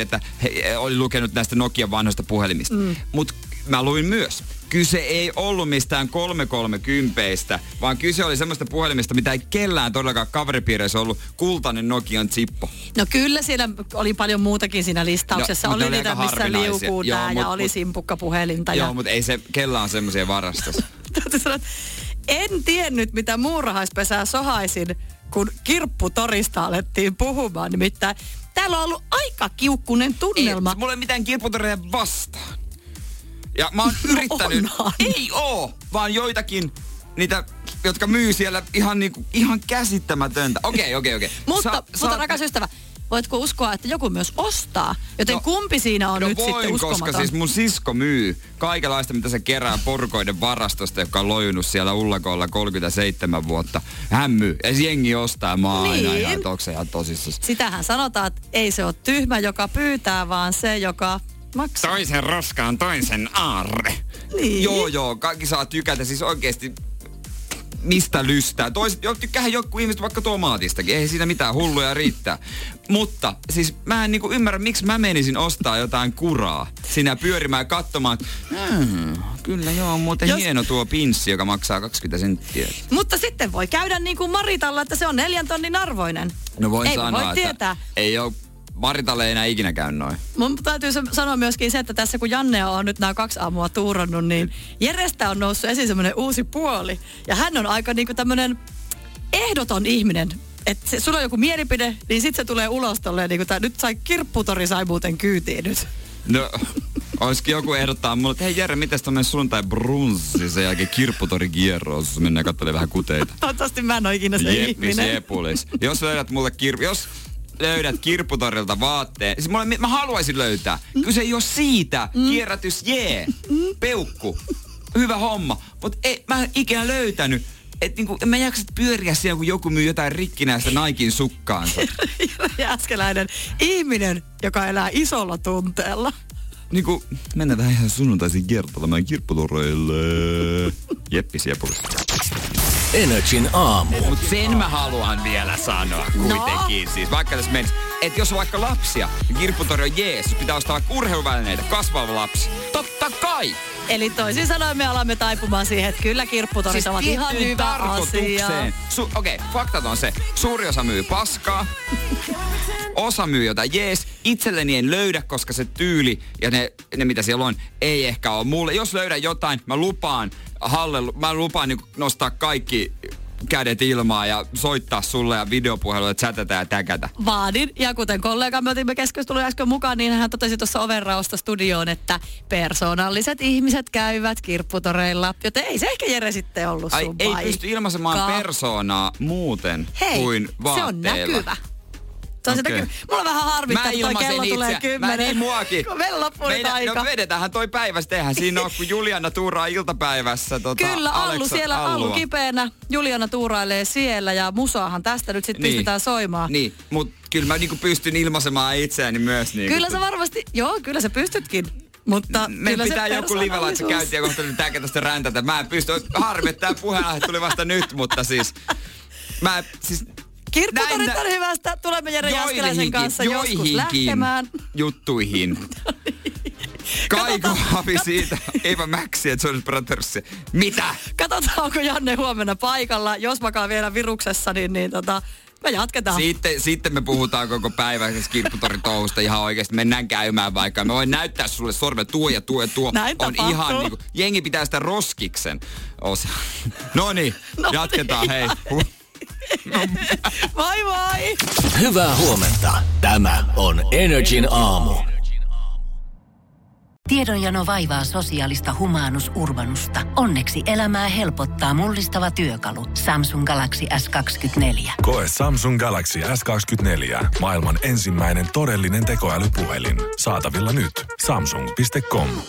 Speaker 2: että he oli lukenut näistä Nokian vanhoista puhelimista. Mm. Mutta mä luin myös. Kyse ei ollut mistään 330, vaan kyse oli semmoista puhelimista, mitä ei kellään todellakaan kaveripiireissä ollut kultainen Nokian chippo.
Speaker 3: No kyllä siellä oli paljon muutakin siinä listauksessa.
Speaker 2: No,
Speaker 3: No,
Speaker 2: mutta
Speaker 3: oli
Speaker 2: ne oli
Speaker 3: niitä,
Speaker 2: aika
Speaker 3: missä
Speaker 2: harvinaisia.
Speaker 3: liukuu
Speaker 2: Joo,
Speaker 3: tää ja
Speaker 2: mut-
Speaker 3: oli
Speaker 2: mut-
Speaker 3: simpukkapuhelinta.
Speaker 2: Joo,
Speaker 3: ja...
Speaker 2: mutta ei se kellään semmoisia varastossa.
Speaker 3: Täytyy sanoa, että en tiennyt, mitä muurahaispesää sohaisin, kun kirpputorista alettiin puhumaan. Nimittäin täällä on ollut aika kiukkunen tunnelma.
Speaker 2: Ei, mulla ei mitään kilputoreja vastaan. Ja mä oon yrittänyt...
Speaker 3: No onhan.
Speaker 2: Ei oo, vaan joitakin niitä, jotka myy siellä ihan, niinku, ihan käsittämätöntä. Okei, okei, okei.
Speaker 3: Mutta,
Speaker 2: Sa- no
Speaker 3: mutta
Speaker 2: saat-
Speaker 3: rakas ystävä, voitko uskoa, että joku myös ostaa? Joten
Speaker 2: No,
Speaker 3: kumpi siinä on
Speaker 2: No
Speaker 3: nyt sitten
Speaker 2: voin,
Speaker 3: uskomaton?
Speaker 2: koska siis mun sisko myy kaikenlaista, mitä se kerää porukoiden varastosta, joka on lojunut siellä ullakolla 37 vuotta. Hän myy. Ja se jengi ostaa. Mä oon aina
Speaker 3: Niin.
Speaker 2: ihan, että onko se ihan tosissaan.
Speaker 3: Sitähän sanotaan, että ei se ole tyhmä, joka pyytää, vaan se, joka maksaa.
Speaker 2: Toisen roskaan toisen aarre.
Speaker 3: Niin.
Speaker 2: Joo, joo, kaikki saa tykätä. Siis oikeesti mistä lystää. Toiset, jo, tykkäähän joku ihmiset vaikka tomaatistakin, ei siinä mitään hulluja riittää. Mutta siis mä en niinku ymmärrä, miksi mä menisin ostaa jotain kuraa sinä pyörimään katsomaan, hmm, kyllä joo, on muuten
Speaker 3: Jos-
Speaker 2: Jos... hieno tuo pinssi, joka maksaa 20 senttiä.
Speaker 3: Mutta sitten voi käydä niin kuin Maritalla, että se on neljän tonnin arvoinen.
Speaker 2: No voin
Speaker 3: ei, kun
Speaker 2: sanoa,
Speaker 3: voi
Speaker 2: että
Speaker 3: tietää.
Speaker 2: ei oo, Maritalle ei enää ikinä käy noin.
Speaker 3: Mun täytyy se- sanoa myöskin se, että tässä kun Janne on nyt nämä kaksi aamua tuurannut, niin Jerestä on noussut esiin semmoinen uusi puoli. Ja hän on aika niinku tämmöinen ehdoton ihminen. Että se- sulla on joku mielipide, niinku niin sitten se tulee ulos tolleen, niin kuin tää, nyt sai kirpputori sai muuten kyytiin nyt.
Speaker 2: No, Olisikin joku ehdottaa mulle, että hei Jere, mitäs tämmönen sunnuntai brunssi, sen jälkeen kirpputori kierros, mennään katselemaan vähän kuteita.
Speaker 3: Toivottavasti mä en ole ikinä se
Speaker 2: Jeppis,
Speaker 3: ihminen.
Speaker 2: jepulis. Jos löydät mulle kir... Jos löydät kirpputorilta vaatteen. Siis mulle, mä haluaisin löytää. Kyse ei ole siitä. Kierrätys, jee. Peukku. Hyvä homma. Mut ei, mä en ikinä löytänyt. Et niinku, en mä jaksat pyöriä siellä, kun joku myy jotain rikkinäistä naikin sukkaansa.
Speaker 3: Ja äskeläinen ihminen, joka elää isolla tunteella.
Speaker 2: niinku, mennään vähän ihan sunnuntaisin kertomaan kirpputoreille. Jeppis, jepulis.
Speaker 1: Energin aamu.
Speaker 2: Mut sen mä haluan vielä sanoa kuitenkin. Siis vaikka tässä menisi, että jos on vaikka lapsia, niin kirpputori on jees. Sit Pitää ostaa vaikka urheiluvälineitä, kasvava lapsi. Totta kai!
Speaker 3: Eli toisin sanoen me alamme taipumaan siihen, että kyllä kirpputorit ovat ihan
Speaker 2: Siis tiettyyn
Speaker 3: hyvä asia.
Speaker 2: Su- Okei, okay, faktat on se. Suuri osa myy paskaa. osa myy jotain jees. Itselleni en löydä, koska se tyyli ja ne, ne mitä siellä on, ei ehkä ole mulle. Jos löydän jotain, mä lupaan, halle, mä lupaan niin nostaa kaikki kädet ilmaan ja soittaa sulle ja videopuheluja, että sätätä ja täkätä.
Speaker 3: Vaadin, ja kuten kollega me otimme keskustelun äsken mukaan, niin hän totesi tuossa ovenraosta studioon, että persoonalliset ihmiset käyvät kirpputoreilla. Joten ei se ehkä Jere sitten ollut
Speaker 2: Ai,
Speaker 3: sun
Speaker 2: ei
Speaker 3: paikka.
Speaker 2: pysty ilmaisemaan persoonaa muuten
Speaker 3: Hei,
Speaker 2: kuin
Speaker 3: se on
Speaker 2: vaatteilla.
Speaker 3: näkyvä. Se on
Speaker 2: Okei.
Speaker 3: okay. Mulla vähän harmittaa,
Speaker 2: Mä
Speaker 3: että toi
Speaker 2: ilmaisen
Speaker 3: kello
Speaker 2: itse.
Speaker 3: tulee
Speaker 2: Mä
Speaker 3: kymmenen.
Speaker 2: niin muakin.
Speaker 3: Kun meillä loppuu nyt
Speaker 2: Meidän-
Speaker 3: aika.
Speaker 2: No vedetäänhän toi päivästä. Eihän siinä ole, kun Juliana tuuraa iltapäivässä. Tota,
Speaker 3: Kyllä, Allu
Speaker 2: Aleksa-
Speaker 3: siellä, Allu
Speaker 2: Allua.
Speaker 3: kipeänä. Juliana tuurailee siellä ja musaahan tästä nyt sitten niin. pistetään soimaan. Niin.
Speaker 2: Niin, mut kyllä mä niinku pystyn ilmaisemaan itseäni myös. Niinku.
Speaker 3: Kyllä sä varmasti, joo, kyllä sä pystytkin. Mutta
Speaker 2: Me
Speaker 3: kyllä
Speaker 2: pitää
Speaker 3: se
Speaker 2: joku livelaitto
Speaker 3: persoonallisuus-
Speaker 2: käyntiä kohta, niin tääkin tästä räntätä. Mä en pysty, harmittaa puheenaihe tuli vasta nyt, mutta siis... Mä, siis
Speaker 3: Kirpputorit
Speaker 2: Näin nä-
Speaker 3: on hyvästä. Tulemme Jere Jääskeläisen kanssa joskus
Speaker 2: joihinkin
Speaker 3: lähtemään.
Speaker 2: juttuihin. Kaiku
Speaker 3: Katsotaan-
Speaker 2: havi siitä Eva Maxi ja Jonas Brothers. Mitä?
Speaker 3: Katsotaan, onko Janne huomenna paikalla. Jos makaa vielä viruksessa, niin, niin tota, me jatketaan.
Speaker 2: Sitten, sitten me puhutaan koko päivä kirpputoritouhusta ihan oikeasti. Mennään käymään vaikka. Mä voin näyttää sulle sormen tuo ja tuo ja tuo.
Speaker 3: Näin
Speaker 2: on
Speaker 3: tapahtuu.
Speaker 2: ihan niinku, jengi pitää sitä roskiksen osa. No niin,
Speaker 3: No niin,
Speaker 2: jatketaan hei. Huh.
Speaker 3: Moi moi!
Speaker 1: Hyvää huomenta. Tämä on Energin aamu.
Speaker 5: Tiedonjano vaivaa sosiaalista humanus urbanusta. Onneksi elämää helpottaa mullistava työkalu. Samsung Galaxy S24.
Speaker 7: Koe Samsung Galaxy S24. Maailman ensimmäinen todellinen tekoälypuhelin. Saatavilla nyt. Samsung.com.